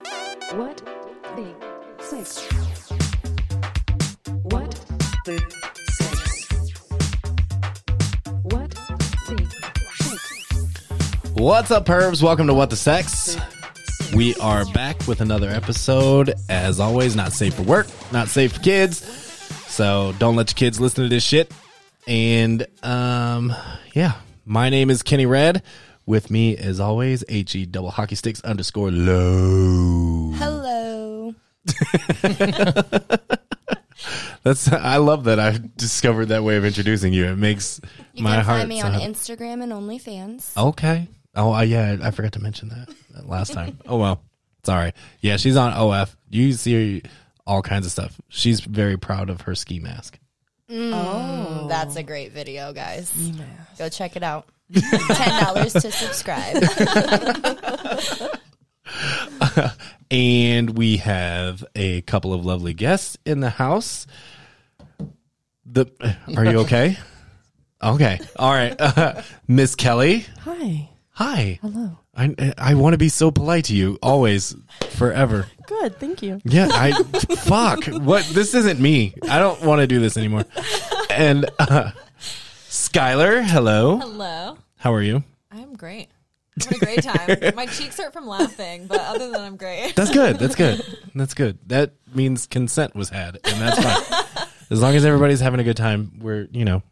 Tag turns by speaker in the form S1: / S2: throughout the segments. S1: What the six? What the six? What the six?
S2: What's up, pervs? Welcome to What the Sex. We are back with another episode. As always, not safe for work, not safe for kids. So don't let your kids listen to this shit. And um, yeah, my name is Kenny Red. With me, as always, H E double hockey sticks underscore low.
S3: Hello.
S2: That's I love that I discovered that way of introducing you. It makes
S3: You
S2: my
S3: can
S2: heart
S3: find me on
S2: sound-
S3: Instagram and OnlyFans.
S2: Okay. Oh, I yeah, I forgot to mention that that last time. oh well, sorry. Yeah, she's on OF. You see all kinds of stuff. She's very proud of her ski mask.
S3: Mm,
S4: Oh.
S3: That's a great video, guys. Go check it out. Ten dollars to subscribe.
S2: And we have a couple of lovely guests in the house. The Are you okay? okay. All right. Miss Kelly.
S5: Hi.
S2: Hi.
S5: Hello.
S2: I I want to be so polite to you always forever.
S5: Good. Thank you.
S2: Yeah, I fuck. What this isn't me. I don't want to do this anymore. And uh, Skylar, hello.
S4: Hello.
S2: How are you?
S4: I'm great. I had a great time. My cheeks hurt from laughing, but other than I'm great.
S2: That's good. That's good. That's good. That means consent was had, and that's fine. As long as everybody's having a good time, we're you know,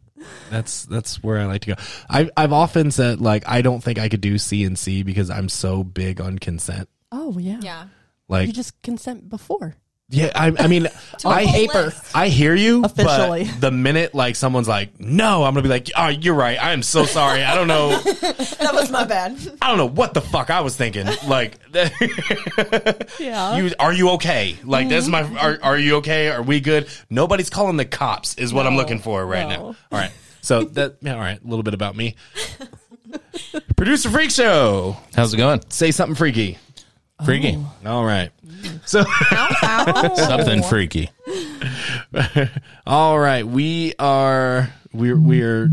S2: that's that's where I like to go. I I've often said like I don't think I could do C and C because I'm so big on consent.
S5: Oh yeah.
S4: Yeah.
S2: Like
S5: You just consent before.
S2: Yeah, I, I mean, I
S4: whole
S2: hate
S4: list.
S2: I hear you. but
S5: Officially.
S2: the minute like someone's like, "No," I'm gonna be like, "Oh, you're right. I am so sorry. I don't know.
S4: That was my bad.
S2: I don't know what the fuck I was thinking. Like,
S5: Yeah. Mm-hmm.
S2: you are you okay? Like, that's my. Are, are you okay? Are we good? Nobody's calling the cops. Is what I'm looking for right now.
S5: no.
S2: All right. So that yeah, all right. A little bit about me. Producer Freak Show.
S6: How's it going?
S2: Say something freaky.
S6: Freaky.
S2: All right. So.
S6: Something freaky.
S2: All right, we are we're we're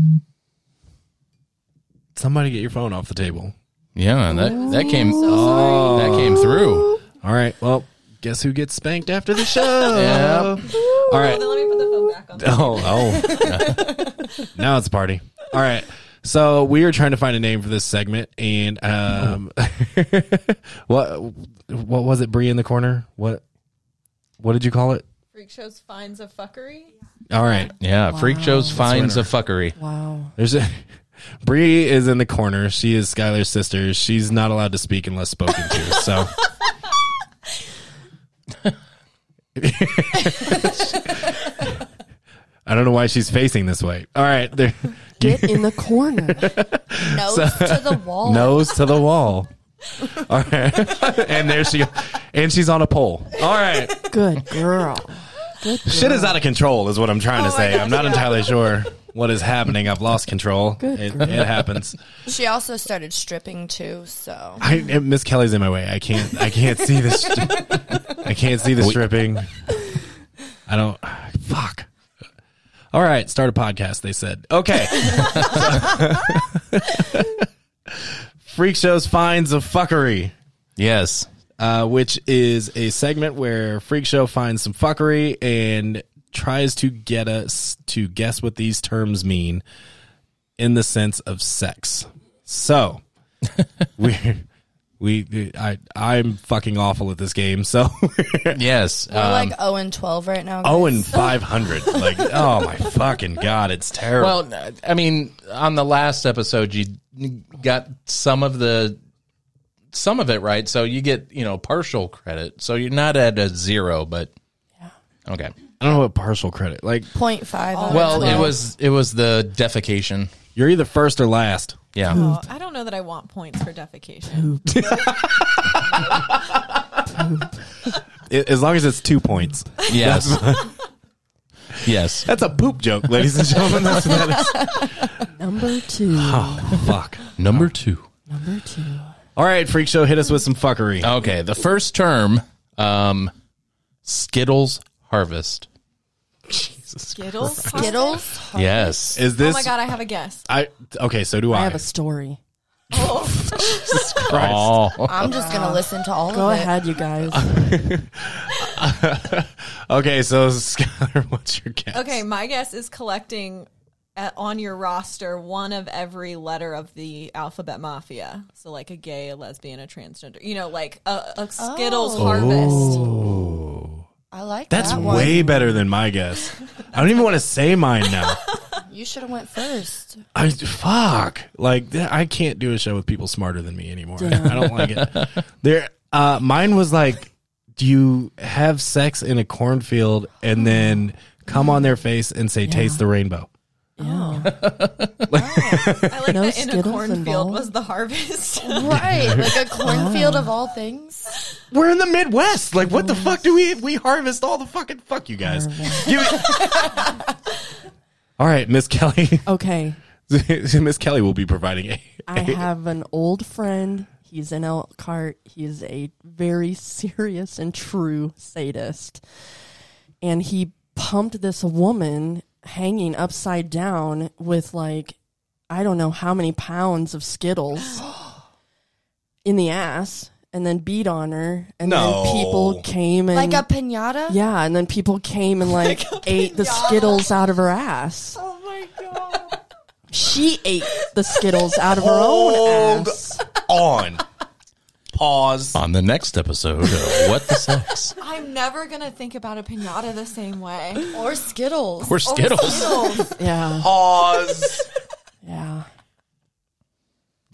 S2: somebody get your phone off the table.
S6: Yeah, that that came that came through.
S2: All right, well, guess who gets spanked after the show? All right.
S4: Then let me put the phone back on.
S2: Oh, oh. now it's a party. All right. So we are trying to find a name for this segment, and um, what what was it? Bree in the corner. What what did you call it?
S4: Freak shows finds a fuckery.
S2: All right.
S6: Yeah, freak shows finds a fuckery.
S5: wow.
S2: There's a Bree is in the corner. She is Skylar's sister. She's not allowed to speak unless spoken to. So I don't know why she's facing this way. All right, there,
S5: Get in the corner.
S3: Nose to the wall.
S2: nose to the wall. All right, and there she, and she's on a pole. All right,
S5: Good girl.
S2: shit is out of control, is what I'm trying to
S4: Oh my
S2: say.
S4: God,
S2: I'm not
S4: yeah.
S2: entirely sure what is happening. I've lost control.
S5: Good
S2: It,
S5: girl.
S2: it happens.
S3: She also started stripping too, so
S2: I and Miss Kelly's in my way. I can't. I can't see this. I can't see the stripping. I don't. Fuck. All right, start a podcast. They said. Okay. Freak shows finds of fuckery
S6: Yes.
S2: uh, which is a segment where Freak Show finds some fuckery and tries to get us to guess what these terms mean in the sense of sex. So we we I I'm fucking awful at this game. So
S6: Yes.
S3: we're
S6: um,
S3: like zero and twelve right now. guys.
S2: oh and five hundred like oh my fucking god it's terrible.
S6: well, I mean, on the last episode you got some of the some of it right, so you get, you know, partial credit. So you're not at a 0, but Okay.
S3: Oh,
S2: I don't know what partial credit like
S3: point five.
S4: Oh
S3: out of
S6: Well,
S3: 12.
S6: it was it was the defecation.
S2: you're either first or last.
S6: Yeah.
S4: Oh, I don't know that I want points for defecation.
S2: I- As long as it's two points.
S6: Yes. yes.
S2: That's a poop joke, ladies and gentlemen. That's what that is.
S5: Number two.
S2: Oh fuck.
S6: Number 2.
S5: Number two.
S2: All right, Freak Show, hit us with some fuckery.
S6: Okay, the first term, um, Skittles harvest.
S4: Skittles.
S3: Skittles.
S6: Yes,
S2: Is
S4: Oh
S2: this
S4: my god, I have a guess.
S2: I okay, so do I.
S5: I have a story.
S6: Oh.
S3: I'm just
S4: Uh,
S3: gonna listen to all
S5: Go
S3: of it.
S5: ahead, you guys.
S2: Okay, so Skylar, what's your guess?
S4: Okay, my guess is collecting uh on your roster one of every letter of the alphabet mafia. So like a gay, a lesbian, a transgender. You know, like a, a Skittles
S5: Oh.
S4: harvest.
S3: I like
S2: That's
S3: that one.
S2: way better than my guess. I don't even want to say mine now.
S3: You should have went first.
S2: I fuck like th- I can't do a show with people smarter than me anymore. I don't like it. There, uh, mine was like, do you have sex in a cornfield and then come on their face and say, "Taste the rainbow"?
S4: I like
S5: No
S4: that in a
S5: Skittles
S4: cornfield
S5: involved?
S4: was the harvest.
S3: Right, like a cornfield of all things.
S2: We're in the Midwest. Like, what the fuck do we we harvest all the fucking fuck you guys? Give it- all right, Miss Kelly.
S5: Okay.
S2: Miss Kelly will be providing a.
S5: I have an old friend. He's in Elkhart. He's a very serious and true sadist. And he pumped this woman hanging upside down with like I don't know how many pounds of Skittles in the ass and then beat on her and
S2: No.
S5: then people came and
S3: Like a pinata?
S5: yeah, and then people came and like ate the Skittles out of her ass. Oh my god. She ate the Skittles out of her own
S2: Hold
S5: ass.
S2: on. Pause.
S6: On the next episode of What the Sex.
S4: I'm never gonna think about a pinata the same way.
S3: Or Skittles.
S6: Or Skittles.
S5: Yeah.
S2: Pause.
S5: Yeah.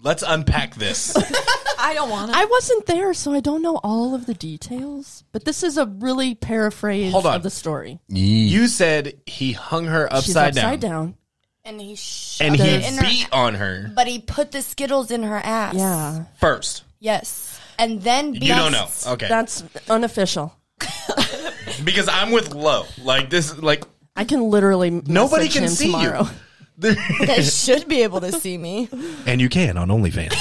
S2: Let's unpack this.
S4: I don't want to.
S5: I wasn't there, so I don't know all of the details, but this is a really paraphrase
S2: Hold on.
S5: of the story.
S2: You said he hung her
S5: She's
S2: upside,
S5: upside
S2: down,
S5: down.
S3: and he
S2: and
S3: shoved it
S2: he
S3: in
S2: beat
S3: her
S2: on her
S3: But he put the Skittles in her ass.
S5: Yeah.
S2: first.
S3: Yes. And then beat
S2: You don't know, okay?
S5: That's unofficial.
S2: because I'm with Lo. Like this, like
S5: I can literally
S2: nobody
S5: message
S2: can
S5: him
S2: see
S5: tomorrow.
S2: you,
S3: They should be able to see me.
S2: and you can on OnlyFans.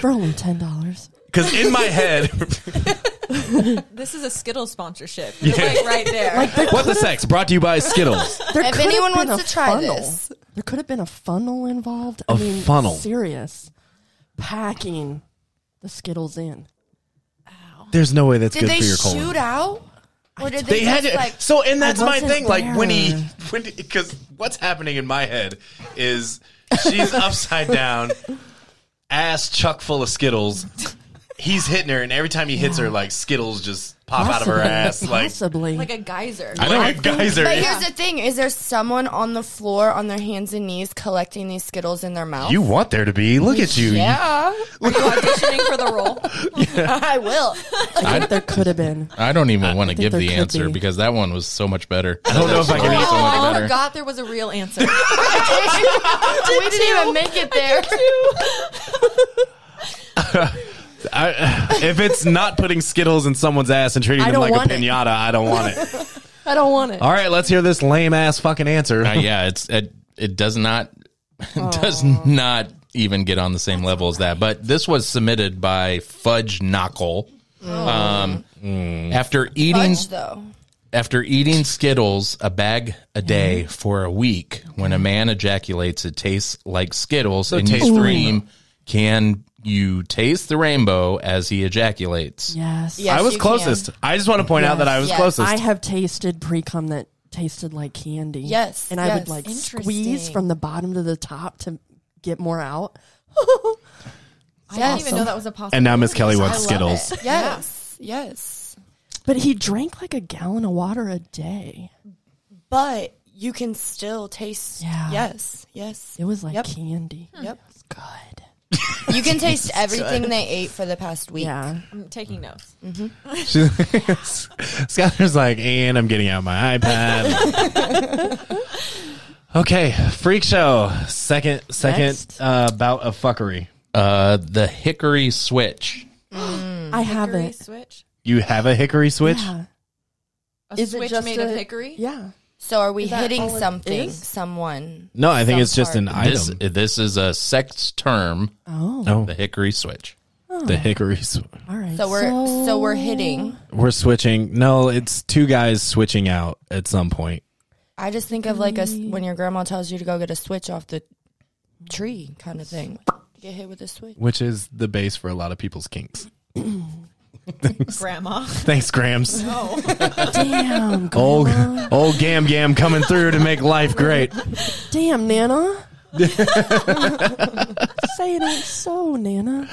S5: for only ten dollars.
S2: Because in my head,
S4: This is a Skittles sponsorship. You're like right there.
S2: what the sex brought to you by Skittles.
S5: There
S3: If
S5: could have
S3: anyone
S5: been
S3: wants
S5: a
S3: to try
S5: funnel.
S3: this.
S5: there could have been a funnel involved. I
S2: A
S5: mean,
S2: funnel.
S5: Serious, packing the Skittles in.
S2: There's no way that's
S3: Did
S2: good
S3: they
S2: for your
S3: shoot
S2: colon.
S3: out? Or did
S2: They
S3: they,
S2: had
S3: just
S2: to,
S3: like
S2: so, and that's
S5: I
S2: my
S5: wasn't
S2: thing. Like when he,
S5: there.
S2: when because what's happening in my head is she's upside down, ass chuck full of Skittles. He's hitting her, and every time he hits her, like Skittles just pop out of her ass, like
S5: possibly.
S4: like a geyser.
S6: I don't
S2: like a geyser.
S3: But here's the thing: is there someone on the floor on their hands and knees collecting these Skittles in their mouth?
S2: You want there to be? Look at you.
S3: yeah,
S4: Are you auditioning for the role?
S3: I will.
S5: I think there could have been.
S6: I don't even want to give
S5: there
S6: the
S5: could
S6: answer
S5: be.
S6: because that one was so much better.
S2: I don't know if I can eat so much
S4: Oh, I
S6: better.
S4: forgot there was a real answer.
S3: we didn't even make it there.
S2: I, if it's not putting Skittles in someone's ass and treating
S5: I
S2: them
S5: don't
S2: like a
S5: want it.
S2: pinata, I don't want it.
S5: I don't want it.
S2: All right, let's hear this lame ass fucking answer.
S6: Uh, yeah, it's it, it does not it does not even get on the same level as that. But this was submitted by Fudge Knuckle. Um, after eating
S3: Fudge though.
S6: after eating Skittles a bag a day for a week, when a man ejaculates, it tastes like Skittles, and you
S2: taste the
S6: scream, "Can you taste the rainbow?" as he ejaculates.
S5: Yes.
S3: Yeah.
S2: I was
S3: you
S2: closest. I just want to point out that I was
S3: Yes.
S2: closest.
S5: I have tasted pre cum that tasted like candy.
S3: Yes,
S5: And I
S3: yes.
S5: would like squeeze
S3: Interesting.
S5: from the bottom to the top to get more out.
S4: I didn't even know that was a possibility.
S2: and now Miss Kelly wants
S3: I love
S2: Skittles.
S3: it. Yes, yes.
S5: But he drank like a gallon of water a day.
S3: But you can still taste.
S5: Yeah.
S3: Yes, yes.
S5: It was like
S3: Yep. Hmm.
S5: candy.
S3: Yep.
S5: It's good.
S3: You can taste everything they ate for the past week.
S5: Yeah.
S4: I'm taking notes.
S2: She's- Skylar's like, and I'm getting out my iPad. okay, freak show. Second, second
S5: Next.
S2: uh, bout of fuckery.
S6: Uh, the Hickory Switch.
S3: Hmm.
S5: I have
S4: Hickory
S5: it.
S4: switch.
S2: You have a hickory switch.
S5: Yeah.
S4: A
S5: Is it
S4: switch
S5: just
S4: made
S5: a-
S4: of hickory.
S5: Yeah.
S3: So are we
S5: Is that
S3: hitting
S5: all it
S3: something,
S5: is?
S3: someone?
S2: No, I think
S3: Some
S2: it's just an
S3: part.
S6: This
S2: item.
S6: this is a sex term.
S5: Oh.
S2: No,
S6: The Hickory Switch.
S3: Hmm.
S2: the hickory. Sw-
S5: All right.
S3: So we're so we're hitting.
S2: We're switching. No, it's two guys switching out at some point.
S3: I just think of like a s- when your grandma tells you to go get a switch off the tree kind of thing. Get hit with a switch.
S2: which is the base for a lot of people's kinks.
S4: Grandma.
S2: Thanks, Grams.
S4: Oh,
S5: Damn,
S2: Old,
S5: Grandma.
S2: old Gam Gam coming through to make life great.
S5: Damn, Nana. Say it ain't so, Nana.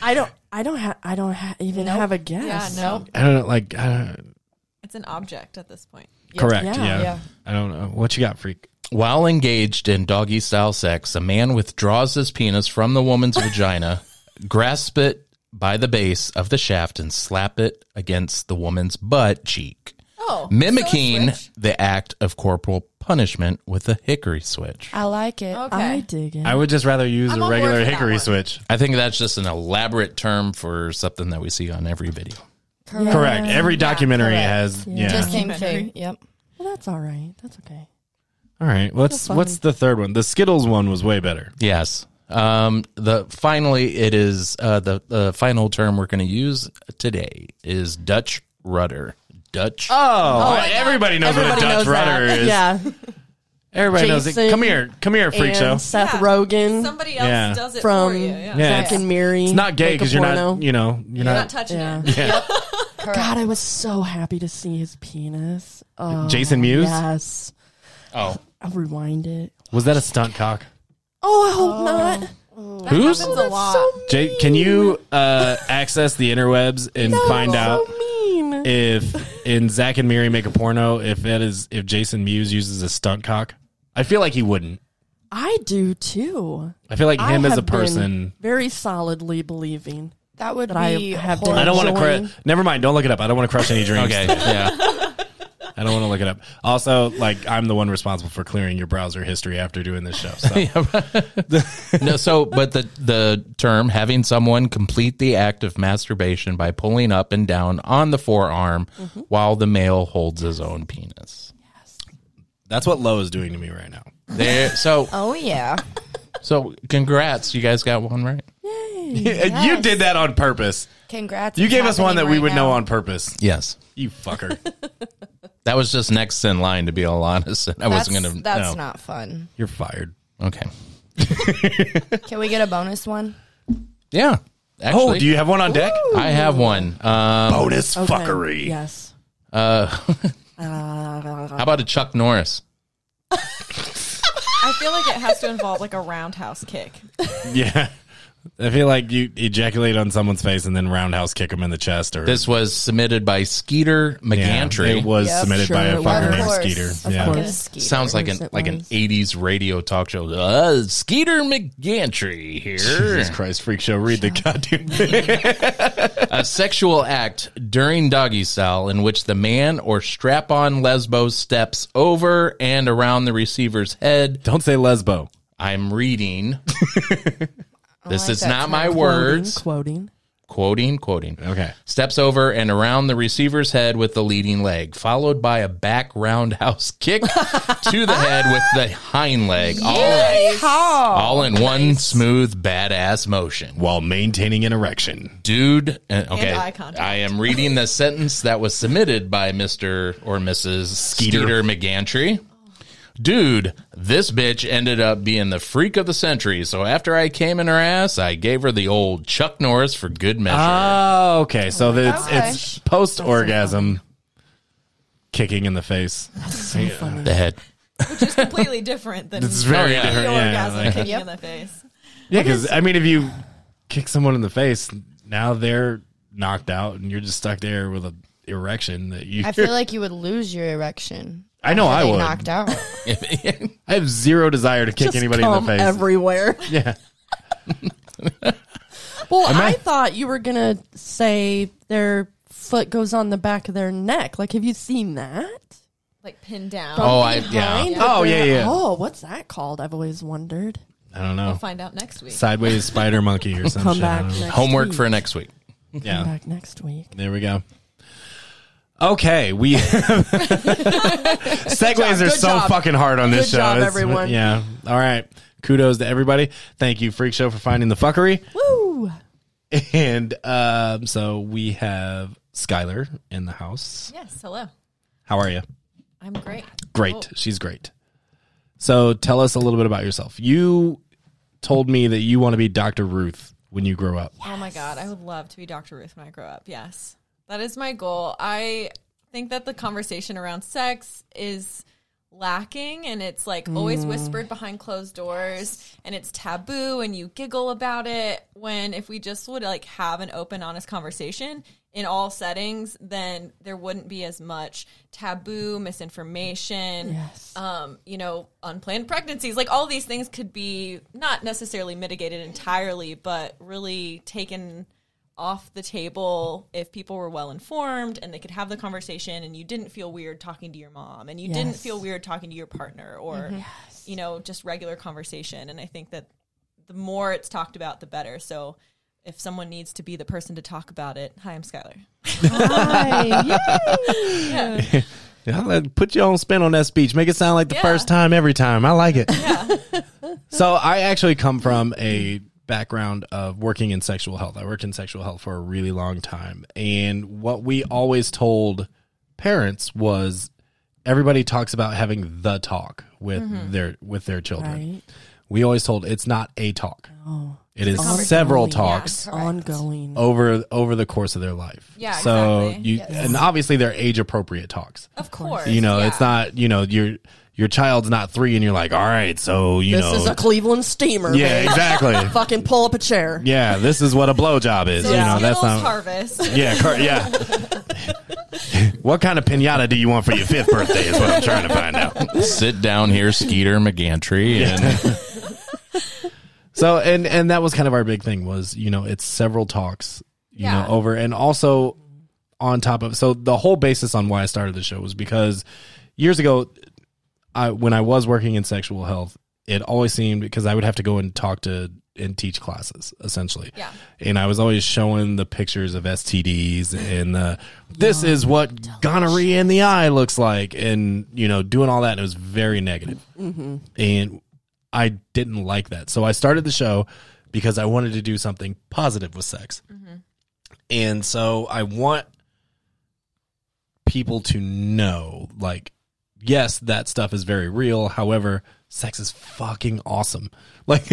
S5: I don't. I don't. Ha- I don't ha- even
S3: Nope.
S5: have a guess.
S4: Yeah, no.
S2: I don't know, like, I don't,
S4: it's an object at this point.
S2: correct. Yeah,
S5: Yeah.
S3: Yeah.
S2: I don't know. What you got, freak?
S6: While engaged in doggy style sex, a man withdraws his penis from the woman's vagina, grasp it by the base of the shaft, and slap it against the woman's butt cheek,
S4: Oh,
S6: mimicking
S4: so switch.
S6: the act of corporal punishment with a hickory switch.
S3: I like it.
S4: Okay.
S5: I dig it.
S2: I would just rather use a
S4: I'm on board
S2: regular
S4: for that
S2: hickory
S4: one.
S2: switch.
S6: I think that's just an elaborate term for something that we see on every video.
S3: Correct.
S2: Correct. Every documentary
S3: correct.
S2: has, yeah.
S3: Just same thing. Yep.
S5: well, that's all right. That's okay.
S2: All right. What's
S5: That's
S2: what's the third one? The Skittles one was way better.
S6: Yes. Um, the finally, it is uh, the the final term we're going to use today is Dutch rudder. Dutch.
S2: Oh, everybody knows
S5: Everybody
S2: what a Dutch
S5: knows
S2: rudder
S5: that.
S2: is.
S5: Yeah.
S2: Everybody knows it.
S5: Jason
S2: Come here, come here, freak
S5: and
S2: show.
S5: Seth
S4: Yeah.
S5: Rogen
S4: Somebody else
S2: Yeah.
S4: does it
S5: from
S4: for you.
S2: Yeah,
S4: Yeah.
S5: Zack
S2: it's,
S5: and Mary.
S2: it's not gay
S5: Make a
S2: because you're
S5: porno.
S2: not, you know, you're
S4: You're not
S2: not.
S4: touching
S5: Yeah.
S4: it.
S3: Correct.
S5: God, I was so happy to see his penis. Oh,
S2: Jason Mewes?
S5: Yes.
S6: Oh.
S5: I'll rewind it.
S2: Was that a stunt cock?
S5: Oh, Mm. I hope not.
S2: Who's
S4: It's a lot.
S2: Jay? Can you uh, access the interwebs and find out
S5: So mean.
S2: if in Zach and Mary make a porno if that is if Jason Mewes uses a stunt cock? I feel like he wouldn't.
S5: I do too.
S2: I feel like
S5: I
S2: him as a
S5: have been
S2: person.
S5: very solidly believing.
S3: That would
S5: That I
S3: be.
S5: have
S3: horrible.
S5: been
S2: I don't want to
S5: enjoying-
S2: crush. Never mind. Don't look it up. I don't want to crush any dreams.
S6: Okay. Yeah.
S2: I don't want to look it up. Also, like I'm the one responsible for clearing your browser history after doing this show. So
S6: No. So, but the the term having someone complete the act of masturbation by pulling up and down on the forearm while the male holds his own penis.
S2: that's what Lo is doing to me right now.
S6: There. So
S3: Oh yeah.
S6: so congrats, you guys got one right.
S2: You did that on purpose.
S3: Congrats.
S2: You
S3: It's
S2: gave us one that
S3: happening
S2: we
S3: right
S2: would know
S3: now.
S2: on purpose.
S6: Yes.
S2: You fucker.
S6: That was just next in line, to be all honest. I wasn't
S3: That's-
S6: going to.
S3: That's
S2: no.
S3: not fun.
S2: You're fired.
S6: Okay.
S3: Can we get a bonus one?
S6: Yeah. Actually,
S2: Oh, do you have one on deck?
S6: I have one. Um,
S2: Bonus
S5: Okay.
S2: fuckery.
S5: Yes.
S6: how about a Chuck Norris?
S4: I feel like it has to involve like a roundhouse kick.
S2: Yeah. I feel like you ejaculate on someone's face and then roundhouse kick them in the chest or
S6: This was submitted by Skeeter
S2: yeah,
S6: McGantry.
S2: It was
S3: Yep,
S2: submitted by a
S5: sure it
S2: fucker
S5: was.
S2: named
S3: Of course.
S2: Skeeter.
S3: Of
S2: yeah.
S3: course.
S6: Sounds like
S5: Yes,
S6: an
S5: it
S6: like an
S5: was.
S6: '80s radio talk show. Uh, Skeeter McGantry here.
S2: Jesus Christ, freak show. Read the goddamn thing.
S6: a sexual act during doggy style in which the man or strap-on lesbo steps over and around the receiver's head.
S2: Don't say lesbo.
S6: I'm reading. this
S3: like
S6: is
S3: that
S6: not my
S5: Quoting,
S6: words.
S5: Quoting.
S6: quoting, quoting.
S2: Okay.
S6: Steps over and around the receiver's head with the leading leg, followed by a back roundhouse kick to the head with the hind leg. All, all in one smooth, badass motion.
S2: While maintaining an erection.
S6: Dude, and, okay.
S4: eye contact.
S6: I am reading the sentence that was submitted by Mr. or Mrs. Skeeter, McGantry. Dude, this bitch ended up being the freak of the century. So after I came in her ass, I gave her the old Chuck Norris for good measure.
S2: Oh, okay. So it's,
S3: Okay.
S2: it's post orgasm kicking in the face.
S6: the head.
S4: It's completely different than
S2: It's very
S6: Oh, yeah.
S4: the
S2: different. Yeah,
S4: orgasm
S2: like-
S4: kicking
S3: Yep.
S4: in the face.
S2: Yeah, because I mean, if you kick someone in the face, now they're knocked out, and you're just stuck there with an erection that you.
S3: I feel like you would lose your erection.
S2: I know I
S3: They
S2: would.
S3: knocked out.
S2: I have zero desire to kick
S5: Just
S2: anybody in the
S5: come
S2: face.
S5: everywhere.
S2: yeah,
S5: Well, I, thought you were gonna say their foot goes on the back of their neck. Like, have you seen that?
S4: Like pinned down.
S6: Oh, I yeah.
S5: Behind
S2: Oh,
S5: or
S2: yeah,
S5: they're-
S2: yeah.
S5: Oh, what's that called? I've always wondered.
S2: I don't
S4: We'll
S2: know.
S4: find out next week.
S2: Sideways spider monkey or some
S5: Come
S2: shit. I
S5: back.
S2: don't know.
S5: Next
S6: Homework
S5: week.
S6: for next week.
S5: Come
S2: Yeah,
S5: back next week.
S2: there we go. Okay, we segues are
S5: good
S2: so
S5: job.
S2: fucking hard on this
S5: Good
S2: show.
S5: job,
S2: It's-
S5: everyone.
S2: Yeah. All right. Kudos to everybody. Thank you, Freak Show, for finding the fuckery.
S5: Woo!
S2: And um, so we have Skylar in the house.
S4: Yes, hello.
S2: How are you?
S4: I'm great.
S5: Oh.
S2: Great. She's great. So tell us a little bit about yourself. You told me that you want to be Dr. Ruth when you grow up.
S4: Oh my God, I would love to be Dr. Ruth when I grow up. Yes, that is my goal. I think that the conversation around sex is lacking and it's like always whispered behind closed doors and it's taboo and you giggle about it when if we just would like have an open honest conversation in all settings then there wouldn't be as much taboo misinformation
S5: Yes.
S4: um, you know, unplanned pregnancies, like all these things could be not necessarily mitigated entirely, but really taken off the table if people were well informed and they could have the conversation and you didn't feel weird talking to your mom and you didn't
S5: Yes.
S4: feel weird talking to your partner or you know, just regular conversation and I think that the more it's talked about the better. So if someone needs to be the person to talk about it, hi, I'm Skylar.
S5: Hi.
S2: Yeah, let- put your own spin on that speech. Make it sound like the
S4: Yeah.
S2: first time every time. I like it. so I actually come from a background of working in sexual health. I worked in sexual health for a really long time. And what we always told parents was everybody talks about having the talk with
S4: Mm-hmm.
S2: their with their children.
S5: Right.
S2: We always told it's not a talk.
S4: Oh.
S2: It is several
S5: Ongoing. Yeah.
S2: talks
S5: Ongoing.
S2: over over the the course of their life.
S4: Yeah,
S2: So
S4: exactly.
S2: you and obviously they're age appropriate talks.
S4: Of course.
S2: You know, it's
S4: yeah.
S2: not you know your your child's not three, and you're like, all right, so you
S5: this
S2: know,
S5: is a Cleveland steamer.
S2: yeah, exactly,
S5: Fucking pull up a chair.
S2: yeah, this is what a blowjob is.
S4: So
S2: you know, that's
S4: Skittles
S2: not.
S4: harvest.
S2: Yeah, car- yeah. what kind of pinata do you want for your fifth birthday? Is what I'm trying to find out.
S6: Sit down here, Skeeter McGantry, and
S2: So and and that was kind of our big thing was you know it's several talks you
S4: Yeah.
S2: know over and also on top of so the whole basis on why I started the show was because years ago I when I was working in sexual health it always seemed because I would have to go and talk to and teach classes essentially
S4: Yeah.
S2: and I was always showing the pictures of STDs and the this is what gonorrhea in the eye looks like and you know doing all that and it was very negative
S4: Mm-hmm.
S2: and I didn't like that. So I started the show because I wanted to do something positive with sex. And so I want people to know like yes, that stuff is very real. However, sex is fucking awesome. Like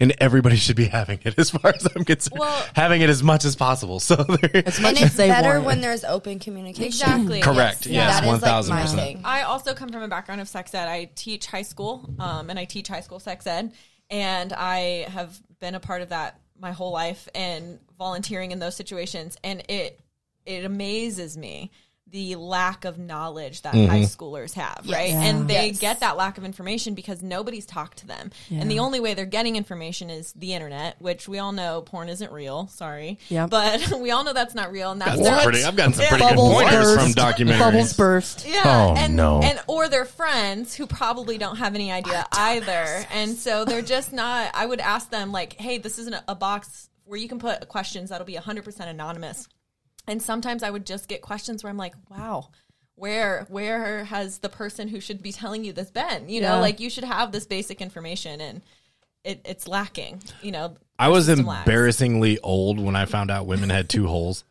S2: and everybody should be having it as far as I'm concerned.
S4: Well-
S2: having it as much as possible. So there,
S5: As much
S3: And it's
S5: as they
S3: better
S5: want
S3: when
S5: it.
S3: there's open communication.
S4: Exactly.
S2: Correct.
S4: Yes.
S2: Yes,
S3: That is, like, my
S2: 1000%.
S3: thing.
S4: I also come from a background of sex ed. I teach high school, um, and I teach high school sex ed, and I have been a part of that my whole life and volunteering in those situations, and it it amazes me the lack of knowledge that high schoolers have, right? And they get that lack of information because nobody's talked to them. And the only way they're getting information is the internet, which we all know porn isn't real, sorry.
S5: Yep.
S4: But we all know that's not real and that's,
S2: That's
S4: their-
S2: pretty- I've gotten some pretty good
S5: Bubbles
S2: pointers
S5: burst.
S2: from documentaries.
S5: Bubbles burst.
S4: Yeah.
S6: Oh,
S4: and,
S6: no.
S4: And or their friends who probably don't have any idea either, and so they're just not. I would ask them like, "Hey, this isn't a- a box where you can put questions that'll be 100% anonymous." And sometimes I would just get questions where I'm like, "Wow." Where where has the person who should be telling you this been? You know,
S5: Yeah.
S4: like you should have this basic information, and it, it's lacking. You know,
S2: I was
S4: system lacks.
S2: embarrassingly old when I found out women had two holes.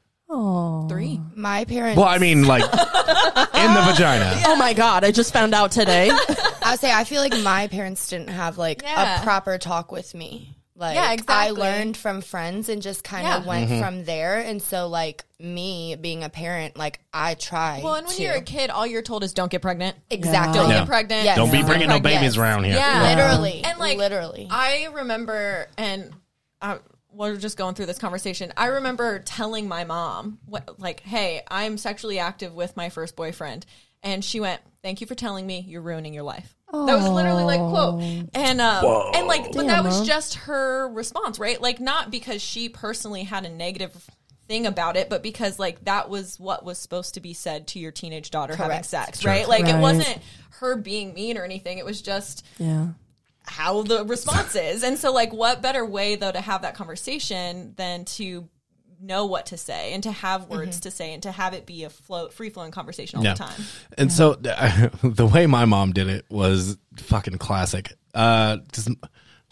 S4: three.
S3: My parents.
S2: Well, I mean, like in the vagina.
S5: Oh my god! I just found out today.
S3: I would say I feel like my parents didn't have like
S4: Yeah.
S3: a proper talk with me. Like
S4: Yeah,
S3: I
S4: exactly.
S3: learned from friends and just kind of
S4: Yeah.
S3: went
S2: Mm-hmm.
S3: from there. And so like me being a parent, like I try.
S4: Well, and when
S3: to.
S4: you're a kid, all you're told is don't get pregnant.
S3: exactly
S4: Don't
S2: Yeah.
S4: get pregnant.
S3: Yes.
S2: Don't be
S3: Yeah.
S2: bringing no
S4: Pregnant.
S2: babies around here.
S4: Yeah.
S3: literally
S4: And, like,
S3: literally.
S4: I remember, and I, we're just going through this conversation. I remember telling my mom, what, like, hey, I'm sexually active with my first boyfriend. And she went, thank you for telling me. You're ruining your life. That was literally like quote, and um, and like, but that was just her response, right? Like, not because she personally had a negative thing about it, but because like that was what was supposed to be said to your teenage daughter having
S3: Correct.
S4: sex, right? Like, it
S5: Right.
S4: wasn't her being mean or anything. It was just
S5: yeah.
S4: how the response is. And so, like, what better way though to have that conversation than to know what to say and to
S5: Mm-hmm.
S4: have words to say and to have it be a float, free flowing conversation all
S2: Yeah.
S4: the time.
S2: And so the way my mom did it was fucking classic. Uh, 'cause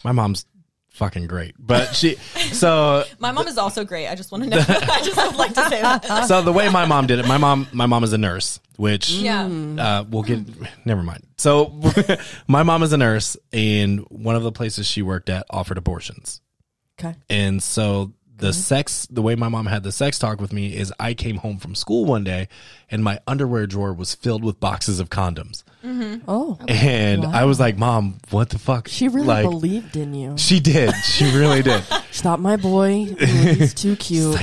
S2: my mom's fucking great, but she so
S4: My mom is also great. I just want to know. I just would like to say that.
S2: so the way my mom did it. My mom, my mom is a nurse, which
S4: Yeah.
S2: uh, we'll get. Never mind. So, my mom is a nurse, and one of the places she worked at offered abortions.
S5: Okay.
S2: And so the
S5: Mm-hmm.
S2: sex, the way my mom had the sex talk with me is I came home from school one day and my underwear drawer was filled with boxes of condoms.
S5: Oh,
S2: And I was like, Mom, what the fuck?
S5: she really
S2: like,
S5: believed in you.
S2: She did. She really did.
S5: Stop my boy. Ooh, He's too cute.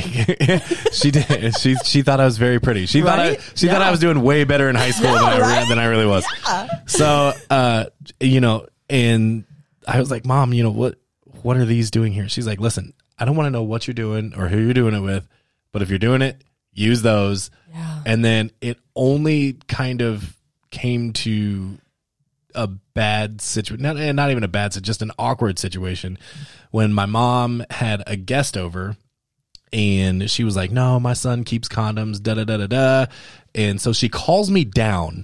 S2: she did. She she thought I was very pretty. She thought I
S5: Right?
S2: she thought I was doing way better in high school than I re- than I really was. So uh, you know, and I was like, Mom, you know what what are these doing here? She's like, Listen, I don't want to know what you're doing or who you're doing it with, but if you're doing it, use those.
S5: Yeah.
S2: And then it only kind of came to a bad situation, not, eh, not even a bad, sit- just an awkward situation when my mom had a guest over and she was like, no, my son keeps condoms, da da da da da. And so she calls me down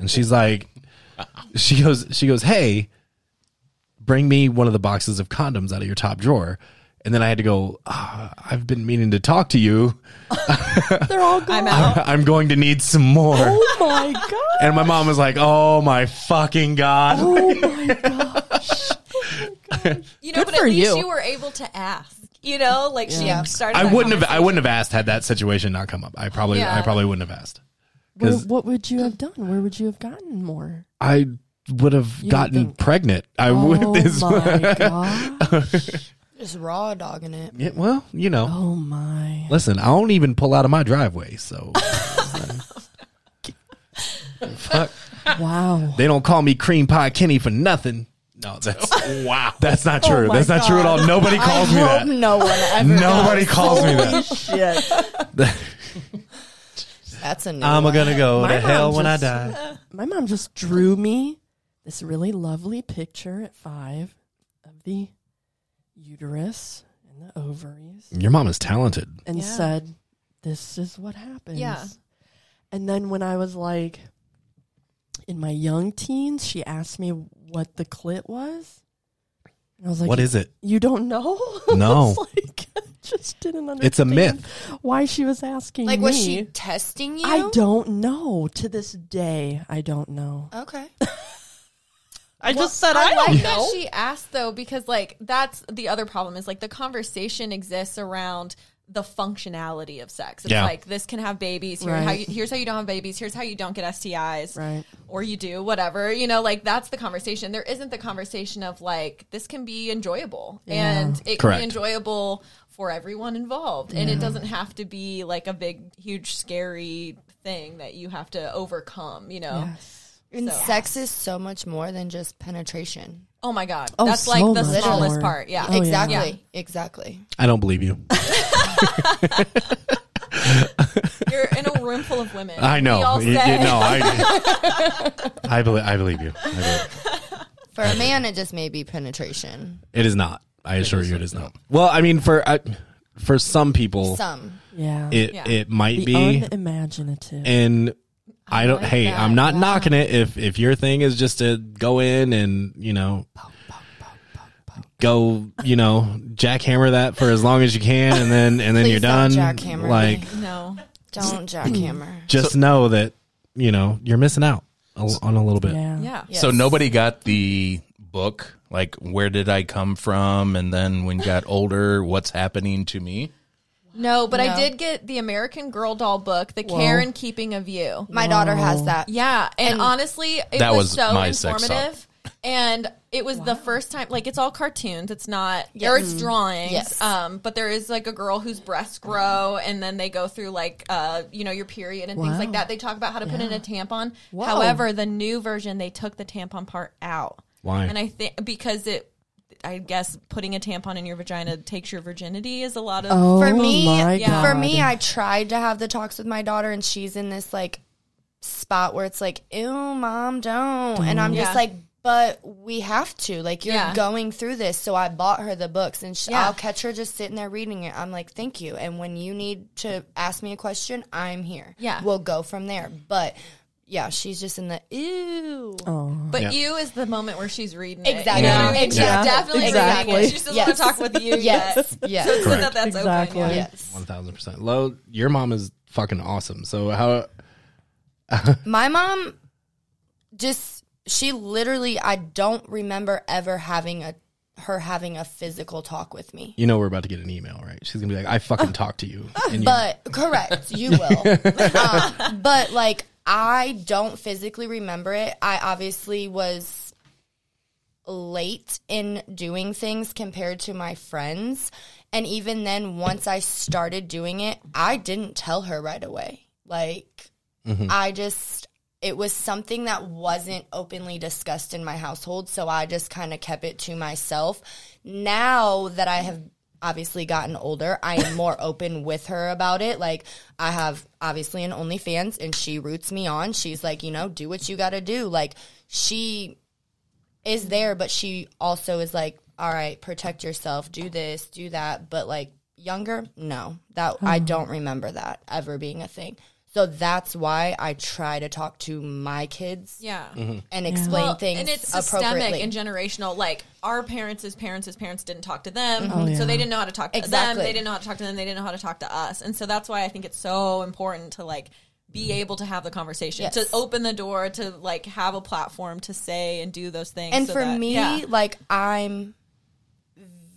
S2: and she's like, she goes, she goes, hey, bring me one of the boxes of condoms out of your top drawer. And then I had to go, ah, I've been meaning to talk to you.
S5: They're all gone.
S4: I'm out.
S2: I'm going to need some more.
S5: Oh my god.
S2: And my mom was like, "Oh my fucking god!"
S5: Oh my god.
S4: You know,
S5: Good
S4: but at
S5: for
S4: least
S5: you.
S4: you. were able to ask. You know, like
S5: Yeah.
S4: she started.
S2: I
S4: that
S2: wouldn't have. I
S4: conversation.
S2: wouldn't have asked had that situation not come up. I probably. I
S4: Yeah.
S2: probably wouldn't have asked.
S5: Where,
S2: 'Cause-
S5: what would you have done? Where would you have gotten more?
S2: I would have
S5: You
S2: gotten
S5: think-
S2: pregnant. I
S5: Oh
S2: would. This,
S5: my god.
S3: Just raw dogging it.
S2: Yeah, well, you know.
S5: Oh my.
S2: Listen, I don't even pull out of my driveway, so. Fuck.
S5: Wow.
S2: They don't call me Cream Pie Kenny for nothing. No, that's wow. That's not true.
S5: my
S2: that's not true at all. Nobody calls me
S3: I hope
S2: that.
S3: no one ever.
S2: Nobody calls me that.
S5: Shit.
S3: does. That's a new
S2: I'm
S3: one.
S2: gonna go
S5: My
S2: to hell
S5: mom
S2: when I
S5: just-
S2: die.
S5: My mom just drew me this really lovely picture at five of the uterus and the ovaries
S2: Your mom is talented.
S5: and
S4: Yeah.
S5: said, This is what happens.
S4: Yeah.
S5: And then when I was like in my young teens, she asked me what the clit was. And I was like,
S2: What is it?
S5: You don't know?
S2: No.
S5: It's like, I just didn't understand.
S2: It's a myth.
S5: Why she was asking
S3: Like, was
S5: me.
S3: she testing you?
S5: I don't know. To this day, I don't know.
S3: Okay.
S4: I
S5: just said I
S4: like
S5: don't
S4: that
S5: know.
S4: She asked though because like that's the other problem is like the conversation exists around the functionality of sex. It's
S2: Yeah.
S4: like this can have babies. Here how
S5: Right.
S4: you, here's how you don't have babies. Here's how you don't get STIs.
S5: Right.
S4: Or you do whatever you know. Like that's the conversation. There isn't the conversation of like this can be enjoyable and it can
S2: Correct.
S4: be enjoyable for everyone involved, and it doesn't have to be like a big, huge, scary thing that you have to overcome. You know.
S3: And sex is so much more than just penetration.
S4: Oh my god,
S5: Oh,
S4: that's
S5: so
S4: like the
S5: much
S4: smallest
S5: more.
S4: part. Yeah,
S5: Oh, yeah.
S3: exactly. Exactly.
S2: I don't believe you.
S4: You're in a room full of women.
S2: I know.
S4: We all
S2: You- you-
S4: said-
S2: no, I, I believe. I believe you. I believe.
S3: For a man, it just may be penetration.
S2: It is not. I assure you, it is not. Well, I mean, for I, for some people,
S3: Some.
S5: Yeah.
S2: it
S4: Yeah.
S2: it might
S5: the
S2: be,
S5: unimaginative.
S2: and I don't.
S3: like
S2: hey,
S3: that.
S2: I'm not
S3: Wow.
S2: knocking it. If if your thing is just to go in and you know. Go, you know, jackhammer that for as long as you can, and then and then
S3: Please
S2: you're done.
S3: don't jackhammer me.
S2: like,
S4: No.
S3: Don't jackhammer.
S2: just know that you know you're missing out a- on a little bit.
S5: yeah.
S4: Yeah.
S6: So
S3: Yes.
S6: nobody got the book, like where did I come from, and then when you got older, what's happening to me?
S4: No, but
S3: No.
S4: I did get the American Girl doll book, The Karen Keeping a View.
S3: My daughter has that.
S4: Yeah, and, honestly, it
S6: That
S4: was,
S6: was
S4: so
S6: my sex
S4: informative. And it was the first time, like it's all cartoons. It's not, or it's drawings.
S3: Yes.
S4: Um, but there is like a girl whose breasts grow, and then they go through like, uh, you know, your period and things like
S5: Wow.
S4: that. They talk about how to put in a tampon.
S5: Whoa.
S4: However, the new version they took the tampon part out.
S2: Why?
S4: And I think because it, I guess putting a tampon in your vagina takes your virginity is a lot of.
S5: Oh
S3: for me
S5: my God.
S3: for me i tried to have the talks with my daughter and she's in this like spot where it's like ew mom don't and i'm
S4: Yeah.
S3: just like but we have to like you're
S4: Yeah.
S3: going through this so i bought her the books and she,
S4: Yeah.
S3: i'll catch her just sitting there reading it i'm like thank you and when you need to ask me a question i'm here
S4: Yeah.
S3: we'll go from there but yeah she's just in the ew
S5: Oh.
S4: But
S2: Yeah.
S4: you is the moment where she's reading
S3: Exactly.
S4: it. you know?
S3: Yeah.
S4: And she's
S3: Yeah.
S4: definitely
S3: Exactly.
S4: reading it. She doesn't want
S3: Yes.
S4: to talk with you
S3: yes
S4: yet.
S3: yes
S4: So that
S2: Correct.
S4: that's
S5: Exactly.
S4: open. Yeah.
S3: yes
S2: One thousand percent. Lo, your mom is fucking awesome. So how
S3: My mom just she literally I don't remember ever having a her having a physical talk with me.
S2: You know we're about to get an email, right? She's gonna be like, "I fucking talked to you." And you
S3: But correct, you will. um, but like I don't physically remember it. I obviously was late in doing things compared to my friends. And even then, once I started doing it, I didn't tell her right away. Like, I just, it was something that wasn't openly discussed in my household. So I just kind of kept it to myself. Now that I have obviously gotten older, I am more open with her about it. Like, I have obviously an OnlyFans and she roots me on. She's like, you know, do what you got to do. Like, she is there, but she also is like, all right, protect yourself, do this, do that. But like younger, no, that I don't remember that ever being a thing. So that's why I try to talk to my kids
S4: Yeah.
S2: Mm-hmm.
S3: and explain
S4: Well,
S3: things
S4: and it's
S3: appropriately.
S4: systemic and generational. Like our parents' parents' parents didn't talk to them, so they didn't know how to talk to
S3: Oh, Exactly.
S4: them. They didn't know how to talk to them. They didn't know how to talk to us, and so that's why I think it's so important to like
S2: Mm-hmm.
S4: be able to have the conversation,
S3: Yes.
S4: to open the door, to like have a platform to say and do those things.
S3: and
S4: so
S3: for
S4: that-
S3: me
S4: yeah.
S3: like i'm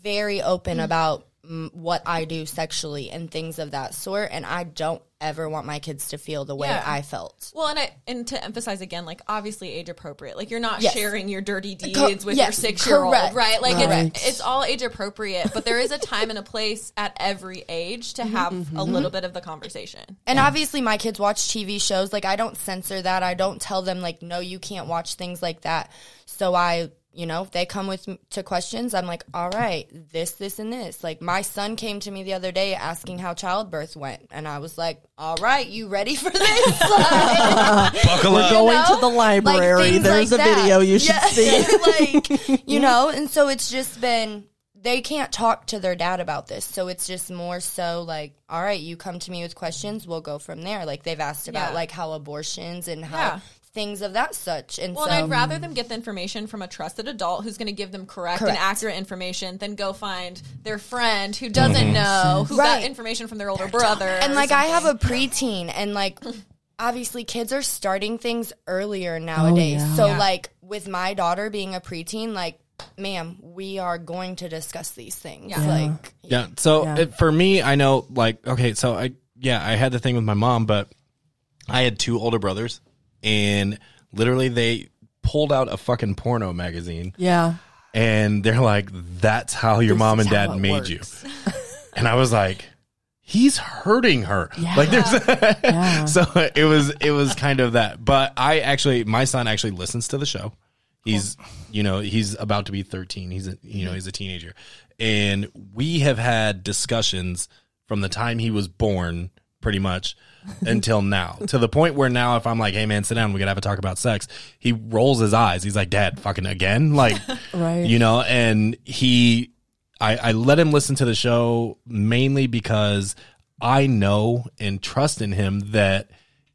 S3: very open about mm, what i do sexually and things of that sort and i don't ever want my kids to feel the way
S4: Yeah.
S3: i felt
S4: Well, and I, and to emphasize again, like obviously age appropriate. Like you're not
S3: Yes.
S4: sharing your dirty deeds with your
S3: yes,
S4: six year old,
S3: correct.
S4: right? Like
S5: Correct.
S4: it's, it's all age appropriate, but there is a time and a place at every age
S3: Mm-hmm,
S4: to have a little bit of the conversation.
S3: And obviously, my kids watch TV shows. Like, I don't censor that. I don't tell them, like, no, you can't watch things like that. So, I, you know, if they come with m- to questions, I'm like, all right, this, this, and this. Like, my son came to me the other day asking how childbirth went. And I was like, all right, you ready for this? Like,
S2: buckle
S5: We're
S2: up.
S5: going
S3: know?
S5: to the
S3: Like,
S5: library.
S3: things
S5: There's
S3: like
S5: a
S3: that.
S5: video you should
S3: Yeah.
S5: see.
S3: like, you know, and so it's just been they can't talk to their dad about this. So it's just more so like, all right, you come to me with questions, we'll go from there. Like they've asked about
S4: Yeah.
S3: like how abortions and how
S4: Yeah.
S3: things of that such. And
S4: Well,
S3: so
S4: and I'd rather them get the information from a trusted adult who's going to give them correct,
S3: Correct.
S4: and accurate information than go find their friend who
S2: Mm-hmm.
S4: doesn't know, who
S3: Right.
S4: got information from their older brother.
S3: and like I have a preteen and like obviously kids are starting things earlier nowadays.
S5: Oh, yeah.
S3: So like with my daughter being a preteen, like, ma'am, we are going to discuss these things. Like
S2: Yeah. So
S5: Yeah.
S2: It, for me, I know like okay, so I yeah, I had the thing with my mom, but I had two older brothers, and literally they pulled out a fucking porno magazine,
S5: Yeah.
S2: and they're like, "That's how your mom and
S5: is how
S2: dad
S5: it
S2: made you," and I was like. He's hurting her.
S5: Yeah.
S2: Like there's
S5: Yeah.
S2: so it was it was kind of that. But I actually my son actually listens to the show. He's you know, he's about to be 13. He's a, you know, he's a teenager. And we have had discussions from the time he was born pretty much until now to the point where now if I'm like, "Hey man, sit down. We got to have a talk about sex." He rolls his eyes. He's like, "Dad, fucking again?" Like
S5: Right.
S2: you know, and he, I, I let him listen to the show mainly because I know and trust in him that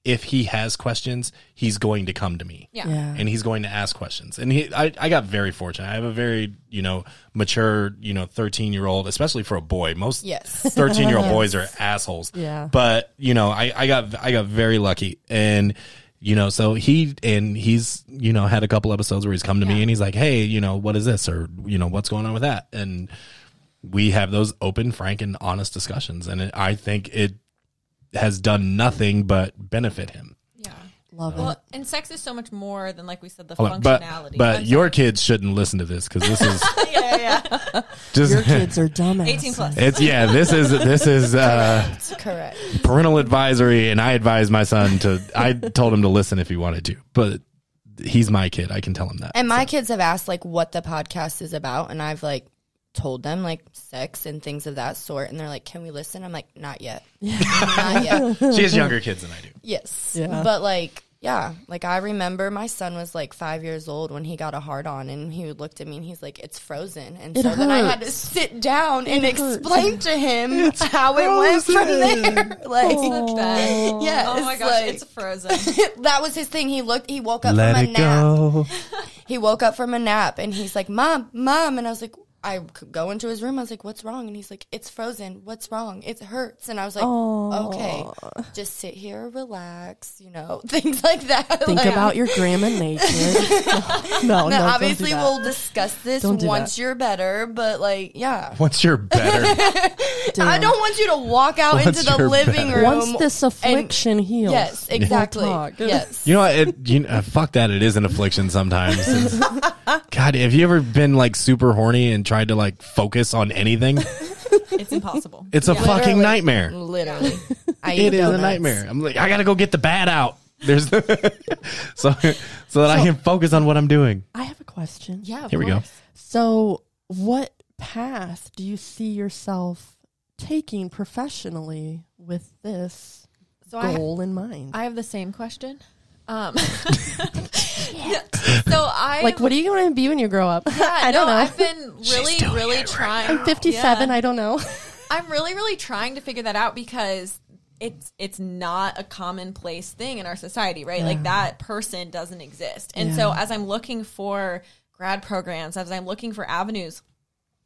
S2: if he has questions, he's going to come to me.
S4: Yeah.
S5: yeah.
S2: And he's going to ask questions. And he, I, I got very fortunate. I have a very, you know, mature, you know, 13 year old, especially for a boy. Most
S3: Yes.
S2: 13 year old boys are assholes.
S5: Yeah.
S2: But, you know, I, I got, I got very lucky. And, you know, so he, and he's, you know, had a couple episodes where he's come to me and he's like, hey, you know, what is this? Or, you know, what's going on with that? And we have those open, frank, and honest discussions. And it, I think it has done nothing but benefit him.
S4: yeah.
S5: Love it.
S4: Well, and sex is so much more than like we said the
S2: Hold on. But,
S4: functionality.
S2: but
S4: I'm
S2: your kids shouldn't listen to this because this is
S4: sorry. yeah, yeah, yeah.
S2: just.
S5: Your kids are dumbasses.
S4: 18 plus.
S2: It's yeah. This is this is uh,
S3: correct.
S2: parental advisory, and I advise my son to. I told him to listen if he wanted to, but he's my kid. I can tell him that.
S3: And my kids have asked like what the podcast is about, and I've like told them like sex and things of that sort, and they're like, "Can we listen?" I'm like, "Not yet, not yet."
S2: She has younger kids than I do.
S3: Yes,
S5: Yeah.
S3: but like, yeah, like I remember my son was like five years old when he got a hard on, and he looked at me and he's like, "It's frozen," and so then I had to
S5: hurts.
S3: sit down and explain to him how it went from there. Like,
S4: The best.
S3: yeah,
S4: Oh my
S3: it's
S4: gosh,
S3: like-
S4: it's frozen.
S3: that was his thing. He looked. He woke up
S2: Let
S3: from a
S2: it
S3: nap.
S2: go.
S3: He woke up from a nap and he's like, "Mom, mom," and I was like, I c- go into his room. I was like, "What's wrong?" And he's like, "It's frozen. What's wrong? It hurts." And I was like, "Okay, just sit here, relax, you know, things like that."
S5: Think
S3: Like,
S5: about your grandma naked. no, no,
S3: now,
S5: don't
S3: obviously,
S5: do that.
S3: we'll discuss this
S5: Don't do
S3: once
S5: that.
S3: you're better, but like, yeah,
S6: Once you're better,
S3: I don't want you to walk out
S2: Once
S3: into the
S2: you're
S3: living
S2: better.
S3: room.
S5: Once this
S3: and-
S5: affliction heals.
S3: yes, exactly.
S5: talk.
S3: Yes,
S2: You know what? It, you, uh, fuck that. It is an affliction sometimes. It's- God, have you ever been like super horny and tried to like focus on anything?
S4: It's impossible.
S2: It's a fucking
S3: Literally.
S2: nightmare.
S3: literally, I eat
S2: It is a
S3: donuts.
S2: nightmare. I'm like, I gotta go get the bad out. There's so so that I can focus on what I'm doing.
S5: I have a question.
S3: Yeah, of
S2: Here we go.
S3: course.
S5: So, what path do you see yourself taking professionally with this
S4: So I,
S5: goal in mind?
S4: I have the same question. Um, so I
S5: like, what are you going to be when you grow up?
S4: yeah,
S5: I don't
S4: no,
S5: know.
S4: I've been really, really trying.
S5: I'm 57.
S4: Yeah.
S5: I don't know.
S4: I'm really, really trying to figure that out because it's it's not a commonplace thing in our society, right? Like that person doesn't exist. And so as I'm looking for grad programs, as I'm looking for avenues,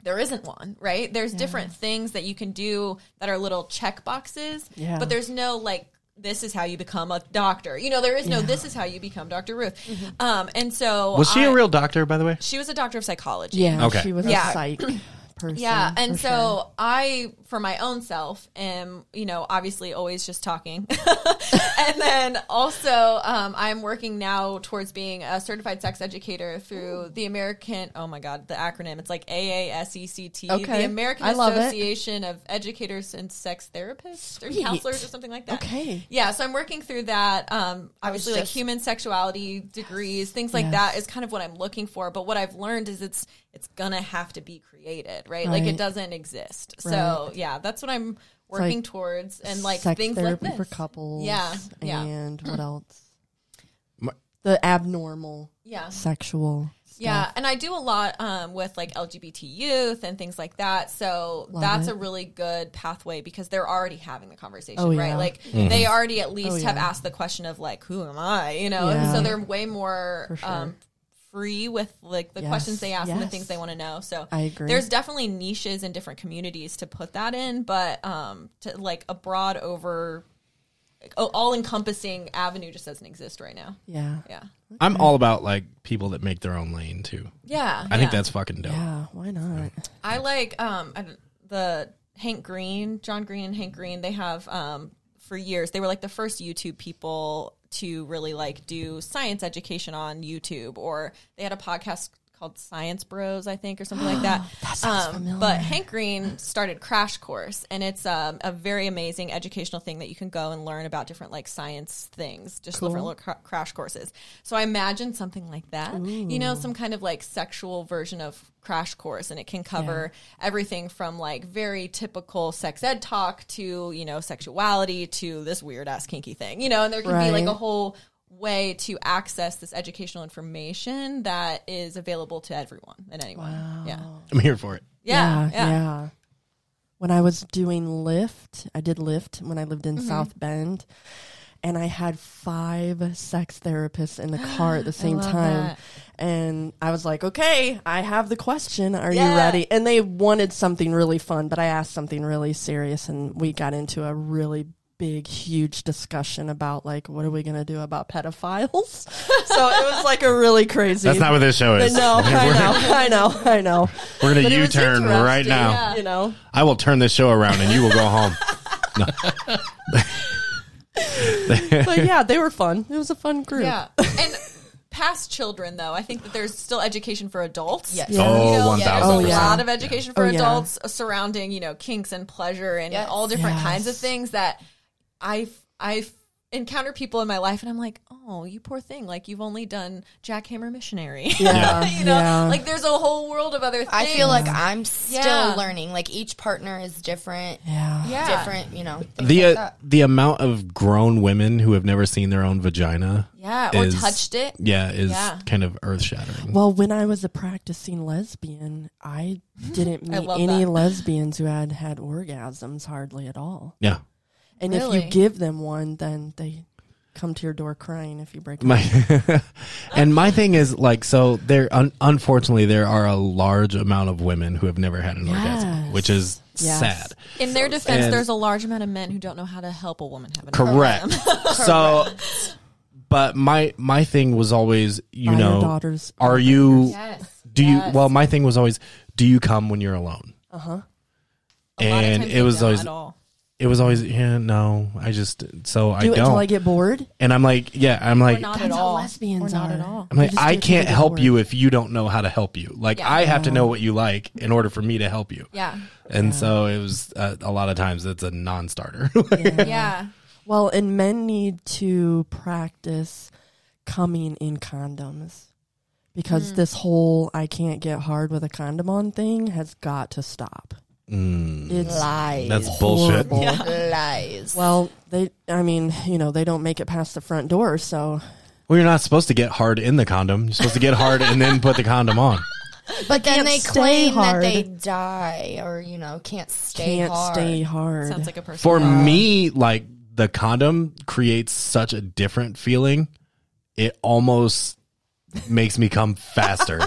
S4: there isn't one, right? There's different things that you can do that are little check boxes,
S5: Yeah.
S4: but there's no like this is how you become a doctor. You know, there is no this is how you become Dr. Ruth.
S5: Mm-hmm.
S4: Um, and so
S2: Was she
S4: I-
S2: a real doctor, by the way?
S4: She was a doctor of psychology.
S5: Yeah.
S2: Okay.
S5: She was
S4: Yeah.
S5: a psych person.
S4: Yeah, and
S5: for
S4: so I, for my own self, am you know obviously always just talking, and then also um, I'm working now towards being a certified sex educator through the American. Oh my God, the acronym! It's like AASECT,
S5: Okay.
S4: E the American
S5: I love it.
S4: Association of Educators and Sex Therapists or
S5: Sweet.
S4: counselors or something like that.
S5: Okay.
S4: Yeah, so I'm working through that. Um, obviously, like
S3: just-
S4: human sexuality degrees, things like
S5: Yes.
S4: that, is kind of what I'm looking for. But what I've learned is it's it's gonna have to be created, right? Like
S5: Right.
S4: it doesn't exist. So yeah, that's what I'm working
S5: like
S4: towards, and like
S5: sex
S4: things like
S5: therapy
S4: this.
S5: for couples.
S4: Yeah, yeah,
S5: And what else?
S2: My-
S5: The abnormal
S4: yeah.
S5: sexual.
S4: Yeah, and I do a lot um, with like LGBT youth and things like that. So
S5: Love
S4: that's
S5: it.
S4: a really good pathway because they're already having the conversation,
S5: Oh,
S4: right?
S5: yeah.
S4: Like
S2: Mm-hmm.
S4: they already at least
S5: Oh,
S4: have
S5: yeah.
S4: asked the question of like, who am I? You know,
S5: Yeah.
S4: so they're way more
S5: sure.
S4: um, free with like the
S5: Yes,
S4: questions they ask and the
S5: yes.
S4: things they want to know. So
S5: I agree.
S4: There's definitely niches in different communities to put that in, but um, to like a broad over, all encompassing avenue just doesn't exist right now.
S5: Yeah.
S4: Yeah.
S2: I'm all about like people that make their own lane too.
S4: Yeah.
S2: I think
S4: yeah.
S2: that's fucking dope.
S5: Yeah. Why not?
S4: I like um I don't- the Hank Green, John Green and Hank Green. They have um for years they were like the first YouTube people to really like do science education on YouTube, or they had a podcast called Science Bros, I think, or something like that. Um,
S5: That sounds familiar.
S4: But Hank Green started Crash Course, and it's um, a very amazing educational thing that you can go and learn about different like science things, just different little cra- crash courses. So I imagine something like that, you know, some kind of like sexual version of Crash Course, and it can cover everything from like very typical sex ed talk to you know sexuality to this weird ass kinky thing, you know, and there can be like
S5: Right.
S4: a whole way to access this educational information that is available to everyone and anyone. Yeah.
S2: I'm here for it.
S4: Yeah, yeah,
S5: yeah. When I was doing Lyft, I did Lyft when I lived in
S4: Mm-hmm.
S5: South Bend, and I had five sex therapists in the car at the same
S4: love
S5: time.
S4: that.
S5: And I was like, okay, I have the question. Are
S4: Yeah.
S5: you ready? And they wanted something really fun, but I asked something really serious, and we got into a really big, huge discussion about like, what are we going to do about pedophiles? so it was like a really crazy.
S2: That's not what this show is.
S5: no, I know, I know, I know.
S2: We're gonna
S5: But it was
S2: U-turn right
S5: interesting,
S2: now.
S4: yeah.
S5: You know,
S2: I will turn this show around and you will go home. Oh,
S5: but yeah, they were fun. It was a fun group.
S4: Yeah. And past children, though, I think that there's still education for adults.
S3: Yes.
S5: Yeah.
S2: Oh,
S4: You know,
S2: 1000%.
S4: there's
S5: Oh,
S4: a
S5: yeah.
S4: lot of education for
S5: Oh, yeah.
S4: adults surrounding, you know, kinks and pleasure and
S3: Yes.
S4: all different
S5: Yes.
S4: kinds of things that I've, I've encountered people in my life and I'm like, oh, you poor thing. Like, you've only done jackhammer missionary.
S5: Yeah.
S4: you know,
S5: Yeah.
S4: like there's a whole world of other things.
S3: I feel like I'm still
S4: Yeah.
S3: learning. Like each partner is different.
S5: Yeah.
S4: yeah.
S3: Different, you know. things
S2: The
S3: like
S2: uh,
S3: that.
S2: the amount of grown women who have never seen their own vagina,
S4: Yeah. Or
S2: is-
S4: touched it.
S2: yeah, is
S4: Yeah.
S2: kind of earth shattering.
S5: Well, when I was a practicing lesbian, I didn't
S4: I
S5: meet
S4: love
S5: any
S4: that.
S5: lesbians who had had orgasms hardly at all.
S2: Yeah,
S5: And if
S4: Really?
S5: you give them one, then they come to your door crying if you break up.
S2: My and my thing is like so there un- unfortunately there are a large amount of women who have never had an orgasm,
S5: Yes.
S2: which is
S5: Yes.
S2: sad.
S4: In their defense,
S2: And-
S4: there's a large amount of men who don't know how to help a woman have an
S2: Correct. so but my my thing was always, you
S5: Buy your
S2: know,
S5: daughters
S2: are you
S4: Yes.
S2: do you well my thing was always do you come when you're alone? Uh-huh.
S4: A lot of
S2: And
S4: times
S2: it
S4: they
S2: was
S4: don't
S2: always
S4: at all.
S2: it was always yeah, no, I just so I
S5: do it
S2: don't.
S5: until I get bored.
S2: and I'm like, yeah, I'm like
S4: not at
S5: That's
S4: all.
S5: how lesbians
S4: Or not
S5: are.
S4: at all.
S2: I'm like,
S5: Just do
S2: I
S5: it till
S2: can't
S5: they get
S2: help
S5: bored.
S2: you if you don't know how to help you. Like,
S4: Yeah.
S2: I have to know what you like in order for me to help you.
S4: Yeah.
S2: And so it was uh, a lot of times it's a non starter.
S4: Yeah.
S5: Well, and men need to practice coming in condoms because
S3: Hmm.
S5: this whole I can't get hard with a condom on thing has got to stop. It's
S3: Lies.
S2: That's Mm. bullshit.
S5: horrible.
S3: Lies.
S5: Well, they, I mean, you know, they don't make it past the front door, so
S2: Well, you're not supposed to get hard in the condom. You're supposed to get hard and then put the condom on.
S3: But then
S5: can't
S3: they
S5: stay
S3: claim
S5: hard.
S3: that they die or, you know, can't stay
S5: can't
S3: hard.
S5: stay hard.
S4: Sounds like a person.
S2: For me, like, the condom creates such a different feeling. It almost makes me come faster.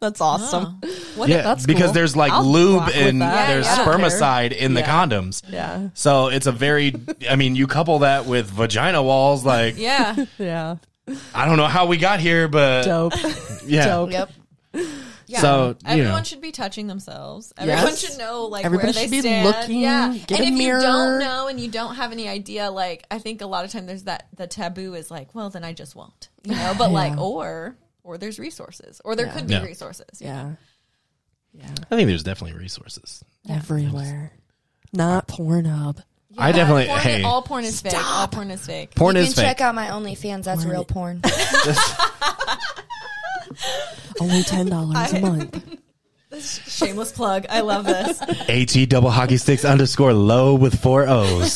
S5: That's awesome.
S4: What
S2: yeah,
S5: that's
S2: because
S5: cool.
S2: there's like
S5: I'll
S2: lube
S5: rock with
S2: and
S5: that.
S2: there's
S4: Yeah, yeah.
S2: spermicide in the condoms.
S5: Yeah.
S2: So it's a very, I mean, you couple that with vagina walls. Like,
S4: Yeah.
S5: Yeah.
S2: I don't know how we got here, but
S5: Dope.
S2: yeah.
S5: Dope.
S3: Yep.
S4: Yeah.
S2: So, you
S4: everyone
S2: know.
S4: should be touching themselves. Everyone
S5: Yes.
S4: should know like
S5: Everybody
S4: where they
S5: should be
S4: stand.
S5: looking,
S4: Yeah.
S5: get
S4: and
S5: a
S4: if you don't
S5: mirror.
S4: know and you don't have any idea, like I think a lot of time there's that the taboo is like, well, then I just won't. You know, but like or or there's resources. Or there could be
S2: Yeah.
S4: resources.
S5: Yeah.
S2: I think there's definitely resources.
S5: Everywhere. Not Pornhub.
S2: I definitely,
S4: Porn,
S2: hey,
S4: all porn is fake. All porn is fake.
S2: porn
S3: you
S2: is
S3: can
S2: fake.
S3: check out my OnlyFans. That's real porn.
S5: Only ten dollars a month.
S4: Shameless plug. I love this.
S2: At double hockey sticks underscore low with four O's.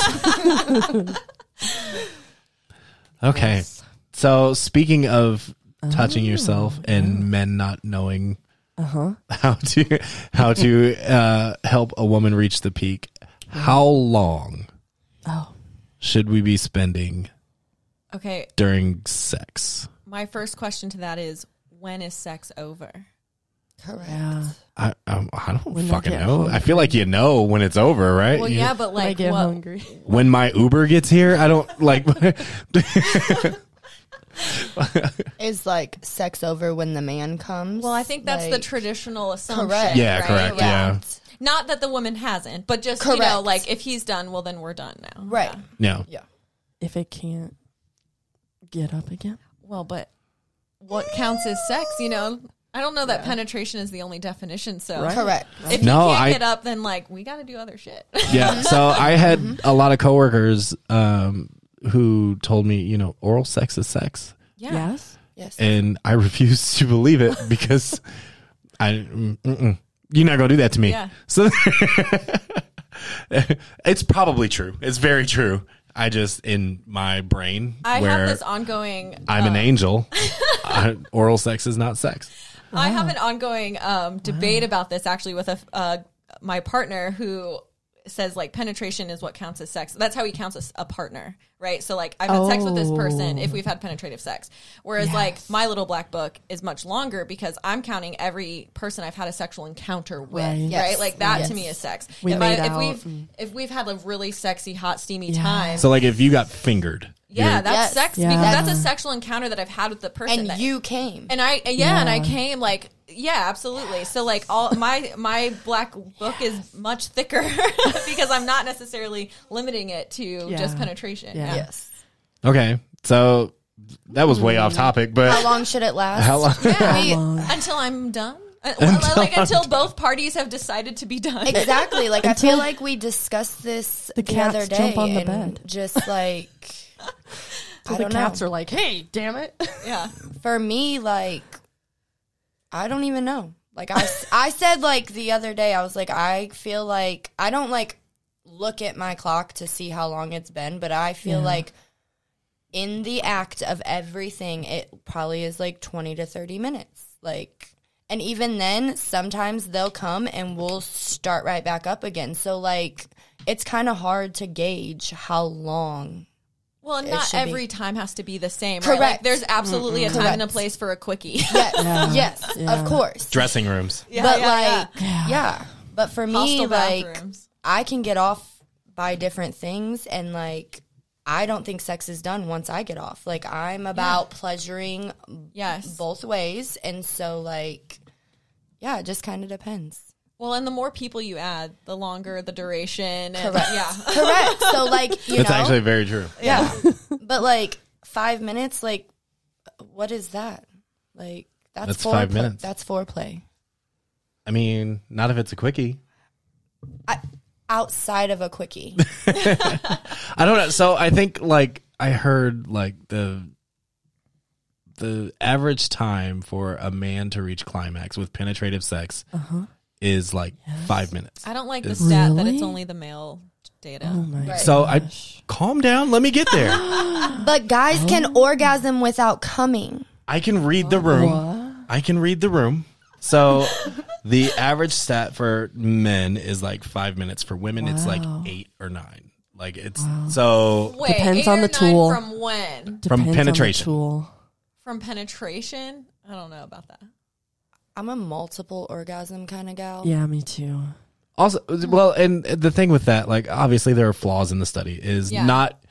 S2: okay. So speaking of
S5: Oh.
S2: touching yourself and men not knowing
S5: Uh-huh.
S2: how to how to uh, help a woman reach the peak, how long
S5: Oh.
S2: should we be spending
S4: Okay.
S2: during sex?
S4: My first question to that is when is sex over?
S3: Correct.
S5: Yeah.
S2: I I, I don't
S5: When they
S2: fucking
S5: get
S2: know. I feel like you know when it's over, right?
S4: Well,
S2: You-
S4: yeah, but
S5: I
S4: like,
S5: get
S4: what-
S5: hungry.
S2: when my Uber gets here, I don't like.
S3: Is like sex over when the man comes?
S4: Well, I think that's the
S3: Like,
S4: traditional assumption.
S3: Correct.
S2: yeah,
S4: right?
S2: correct. Yeah,
S4: Not that the woman hasn't, but just you know,
S3: Correct.
S4: like if he's done, well, then we're done now.
S3: Right.
S4: Yeah.
S2: no.
S3: Yeah.
S5: If it can't get up again.
S4: Well, but what counts as sex? You know, I don't know that penetration is the only definition. So
S3: Correct.
S4: if you
S2: No,
S4: can't
S2: I-
S4: get up, then like we got to do other shit.
S2: Yeah. So I had a lot of coworkers um, who told me, you know, oral sex is sex,
S5: Yes.
S3: Yes.
S2: and I refused to believe it because I, mm, mm-mm. you're not gonna do that to me.
S4: Yeah.
S2: So it's probably true. It's very true. I just in my brain
S4: I
S2: where
S4: have this ongoing.
S2: I'm an angel. I, oral sex is not sex.
S4: I have an ongoing um, debate about this actually with a f- uh, my partner who says like penetration is what counts as sex. That's how he counts as a partner, right? So like I've had sex with this person
S3: Oh.
S4: if we've had penetrative sex. Whereas like my little black book is much longer because I'm counting every person I've had a sexual encounter with, right?
S5: Right.
S3: Yes.
S4: Like that
S3: Yes.
S4: to me is sex.
S5: We
S4: if,
S5: made
S4: if
S5: out
S4: we've if we've had a really sexy, hot, steamy time.
S2: So like if you got fingered,
S4: yeah,
S2: you're-
S4: that's
S3: Yes.
S4: sex
S5: Yeah.
S4: because that's a sexual encounter that I've had with the person
S3: and
S4: that
S3: you came.
S4: and I yeah, and I came like yeah, absolutely. So like all my my black book is much thicker because I'm not necessarily limiting it to
S5: Yeah.
S4: just penetration.
S5: Yeah.
S4: Yeah.
S3: yes.
S2: Okay, so that was way off topic,
S3: How
S2: but
S3: long should it last?
S2: how long?
S4: Yeah, we- until I'm done. Uh, well, like until both parties have decided to be done.
S3: Exactly. Like I feel like we discussed this the,
S5: cats
S3: other day.
S5: jump on the
S3: and
S5: bed.
S3: Just like I
S5: the
S3: don't
S5: cats
S3: know.
S5: are like, hey, damn it.
S4: Yeah.
S3: For me, like I don't even know. Like I, s- I said like the other day, I was like, I feel like I don't like look at my clock to see how long it's been, but I feel like in the act of everything, it probably is like twenty to thirty minutes. Like and even then, sometimes they'll come and we'll start right back up again. So like it's kind of hard to gauge how long
S4: Well, and
S3: It
S4: not
S3: should be.
S4: every time has to be the same. Correct. Like,
S3: Correct.
S4: there's absolutely a time and a
S3: Correct.
S4: place for a quickie.
S3: Yes,
S5: Yeah.
S3: yes,
S5: Yeah.
S3: of course.
S2: Dressing rooms.
S4: Yeah,
S3: but
S4: yeah,
S3: like,
S4: yeah.
S3: yeah. But for me,
S4: Hostile
S3: like,
S4: bathrooms.
S3: I can get off by different things, and like, I don't think sex is done once I get off. Like, I'm about pleasuring
S4: yes.
S3: both ways, and so like, yeah, it just kind of depends.
S4: Well, and the more people you add, the longer the duration. And,
S3: Correct.
S4: Yeah.
S3: Correct. So like, you
S2: That's
S3: know,
S2: actually very true.
S3: yeah. but like five minutes, like, what is that? Like, that's,
S2: That's
S3: foreplay.
S2: five minutes.
S3: That's foreplay.
S2: I mean, not if it's a quickie.
S3: I, outside of a quickie.
S2: I don't know. So I think like I heard like the the average time for a man to reach climax with penetrative sex
S5: Uh-huh.
S2: is like five minutes.
S4: I don't like the stat that it's
S5: Really?
S4: only the male data.
S5: Oh my
S3: Right.
S2: So I calm down. Let me get there.
S3: But guys
S2: Oh.
S3: can orgasm without coming.
S2: I can read the room.
S5: What?
S2: I can read the room. So the average stat for men is like five minutes. For women, it's like
S5: Wow.
S2: eight or nine. Like it's so
S4: Wait,
S5: Depends
S4: eight
S5: on
S4: or
S5: the
S4: nine
S5: tool.
S4: From when?
S5: Depends on the
S2: penetration.
S5: tool.
S4: From penetration? I don't know about that.
S3: I'm a multiple orgasm kind of gal.
S5: Yeah, me too.
S2: Also, well, and the thing with that, like, obviously there are flaws in the study. Is
S4: Yeah.
S2: not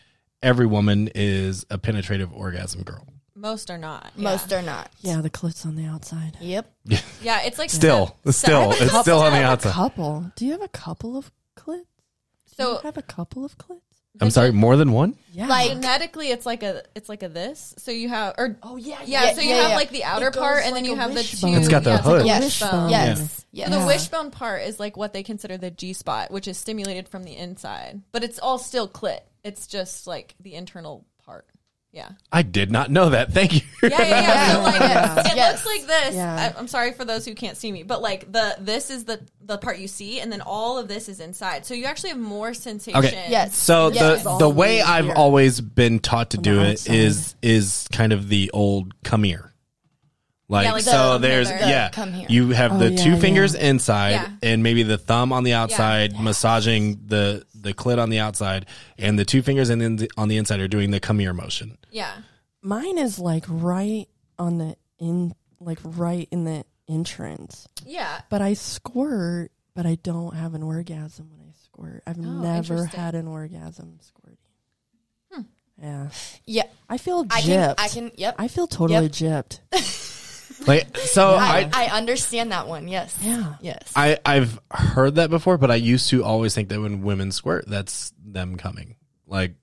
S2: every woman is a penetrative orgasm girl.
S4: Most are not. Yeah.
S3: Most are not.
S5: Yeah, the clit's on the outside.
S3: Yep.
S4: Yeah, it's like
S2: Still,
S4: step-
S2: still,
S4: step-
S2: it's still on the
S5: A
S2: outside.
S5: couple. Do you have a couple of clits? Do
S4: So-
S5: you have a couple of clits?
S2: I'm sorry, more than one.
S5: Yeah.
S3: Like-
S4: genetically it's like a it's like a this so you have or
S5: oh yeah,
S4: yeah,
S3: Yeah,
S4: so you
S3: yeah,
S4: have
S3: yeah.
S4: like the outer
S5: It goes
S4: part and
S5: like
S4: then you
S5: a
S4: have the two
S5: wishbone.
S2: It's got the
S4: yeah,
S2: hood.
S4: like a
S3: Yes.
S4: wishbone.
S3: Yes. Yes.
S4: So the
S5: Um, Yeah.
S4: wishbone part is like what they consider the G spot, which is stimulated from the inside, but it's all still clit. It's just like the internal part. Yeah.
S2: I did not know that. Thank you.
S4: Yeah, yeah, yeah. So, like, It
S3: Yes.
S4: looks like this.
S5: Yeah.
S4: I, I'm sorry for those who can't see me, but like the this is the the part you see, and then all of this is inside. So you actually have more sensation.
S3: Yes.
S2: So
S3: Yes.
S2: the the way I've
S5: here.
S2: always been taught to do
S5: the
S2: it
S5: outside.
S2: is is kind of the old come here. Like,
S4: like
S2: so
S4: the-
S2: there's
S4: the
S2: yeah
S3: come here.
S2: you have
S5: Oh,
S2: the
S5: yeah,
S2: two
S5: yeah.
S2: fingers inside
S4: Yeah.
S2: and maybe the thumb on the outside massaging the the clit on the outside and the two fingers and then the, on the inside are doing the come here motion.
S4: Yeah.
S5: Mine is like right on the in, like right in the entrance.
S4: Yeah.
S5: But I squirt, but I don't have an orgasm when I squirt. I've never
S4: interesting.
S5: had an orgasm squirting. Hmm. Yeah,
S3: Yeah.
S5: I feel gypped.
S3: I can. I can. Yep.
S5: I feel totally
S3: Yep.
S5: gypped.
S2: Like so
S3: I,
S2: I,
S3: I understand that one. Yes.
S5: Yeah.
S3: Yes.
S2: I I've heard that before, but I used to always think that when women squirt, that's them coming. Like,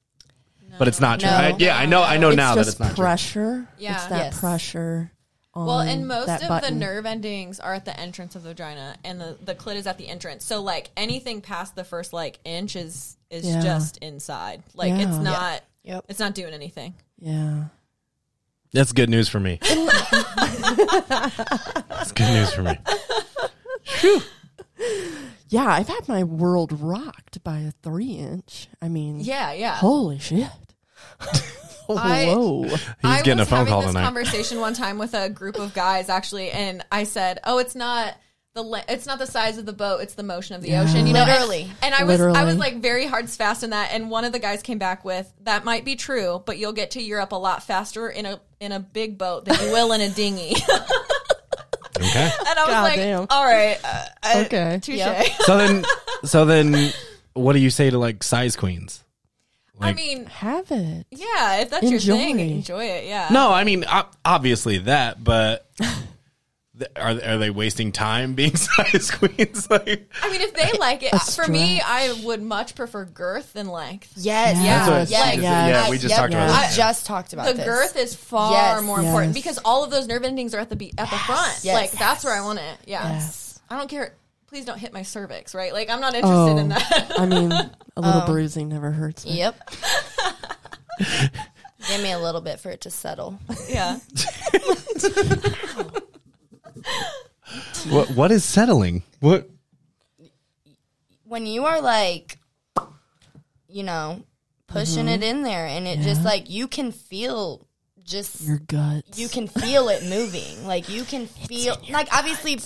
S2: but it's not true.
S3: No.
S2: I, yeah, I know. I know
S5: it's
S2: now that
S5: just
S2: it's not true.
S5: pressure.
S4: Yeah.
S5: it's that
S3: Yes.
S5: pressure. On
S4: Well, and most
S5: that
S4: of
S5: button.
S4: the nerve endings are at the entrance of the vagina, and the, the clit is at the entrance. So like anything past the first like inch is is
S5: Yeah.
S4: just inside. Like
S5: Yeah.
S4: it's
S5: Yeah.
S4: not.
S3: Yep.
S4: It's not doing anything.
S5: Yeah.
S2: That's good news for me. That's good news for me.
S5: Yeah, I've had my world rocked by a three inch. I mean,
S4: Yeah. Yeah.
S5: holy shit.
S4: I-
S5: Whoa.
S2: He's
S4: I
S2: getting
S4: was
S2: a phone
S4: having
S2: call
S4: this
S2: tonight.
S4: Conversation one time with a group of guys actually, and I said, "Oh, it's not." The le- it's not the size of the boat; it's the motion of the ocean. You know,
S3: Literally.
S4: and, and I was I
S5: Literally.
S4: was like very hard fast in that. And one of the guys came back with, "That might be true, but you'll get to Europe a lot faster in a in a big boat than you will in a dinghy." and
S2: Okay.
S4: I was like,
S5: Goddamn.
S4: "All right, uh, I-
S5: Okay.
S4: touche."
S3: Yep.
S2: So then, so then, what do you say to like size queens?
S4: I
S2: Like-
S4: mean,
S5: Have it.
S4: yeah, if that's
S5: Enjoy.
S4: your thing, enjoy it. Yeah,
S2: No, I mean ob- obviously that, but th- are are they wasting time being size queens? Like,
S4: I mean, if they like it,
S5: A
S4: for me, I would much prefer girth than length.
S3: Yes.
S5: That's
S2: what-
S3: Yes.
S2: yeah, yeah, we just talked
S5: about
S3: We
S2: this.
S3: just talked about
S4: the
S3: this.
S4: girth is far
S3: Yes.
S4: more
S5: Yes.
S4: important because all of those nerve endings are at the be- at the front.
S3: Yes.
S4: Like that's where I want it. Yeah.
S5: Yes.
S4: I don't care. Please don't hit my cervix, right? Like I'm not interested
S3: Oh.
S4: in that.
S5: Oh, I mean, a little bruising never hurts. but-
S3: Yep. Give me a little bit for it to settle.
S4: yeah.
S2: what what is settling? What
S3: when you are like you know pushing it
S5: Mm-hmm.
S3: in there and it just like you can feel just
S5: Your guts.
S3: you can feel it moving like you can feel like obviously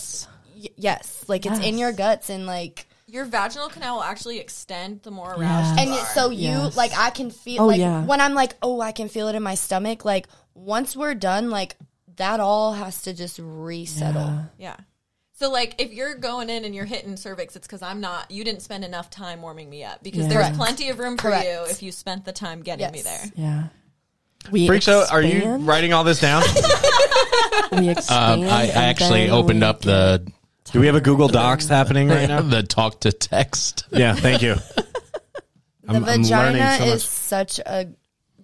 S3: y- yes like it's in your guts and like
S4: your vaginal canal will actually extend the more aroused.
S3: And yet, so you
S5: Yes.
S3: like I can feel
S5: Oh,
S3: like
S5: yeah.
S3: when I'm like, oh, I can feel it in my stomach. Like once we're done, like that all has to just resettle.
S5: Uh,
S4: Yeah. So like if you're going in and you're hitting cervix, it's because I'm not. You didn't spend enough time warming me up because
S5: Yeah.
S4: there's
S5: Correct.
S4: plenty of room for
S3: Correct.
S4: you if you spent the time getting me
S3: Yes.
S4: there.
S5: Yeah. We
S2: Freak show, are you
S5: expand-
S2: writing all this down?
S5: We expand.
S6: Um, I, I
S5: and
S6: actually
S5: then
S6: opened
S5: we
S6: up the
S2: Do we have a Google Docs happening right now?
S6: the talk to text.
S2: Yeah, thank you.
S3: The
S2: I'm learning
S3: vagina
S2: so much.
S3: is such a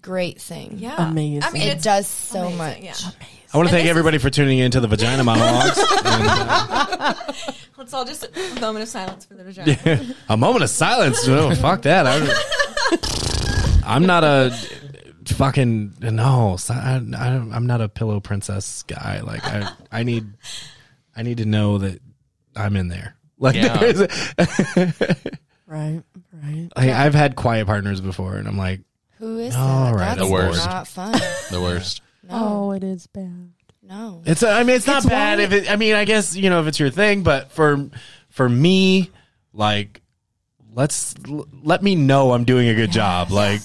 S3: great thing.
S4: Yeah.
S5: Amazing.
S4: I mean,
S3: It
S4: it's
S3: does so
S4: amazing,
S3: much.
S4: Yeah.
S2: I want to thank everybody for tuning in to the Vagina Monologues. uh,
S4: Let's all just a moment of silence for the vagina.
S2: a moment of silence. No, fuck that. I, am not a fucking no. si- I, am not a pillow princess guy. Like I, I need, I need to know that I'm in there. Like
S6: Yeah.
S2: there's a-
S5: Right. Right.
S2: I, I've had quiet partners before, and I'm like,
S3: Who is
S2: All
S3: that?
S2: right,
S3: That's
S6: the worst.
S3: not fun.
S6: The worst.
S5: Oh, it is bad.
S3: No.
S2: It's I mean it's not bad if it I mean I guess you know if it's your thing but for for me like let's l- let me know I'm doing a good job like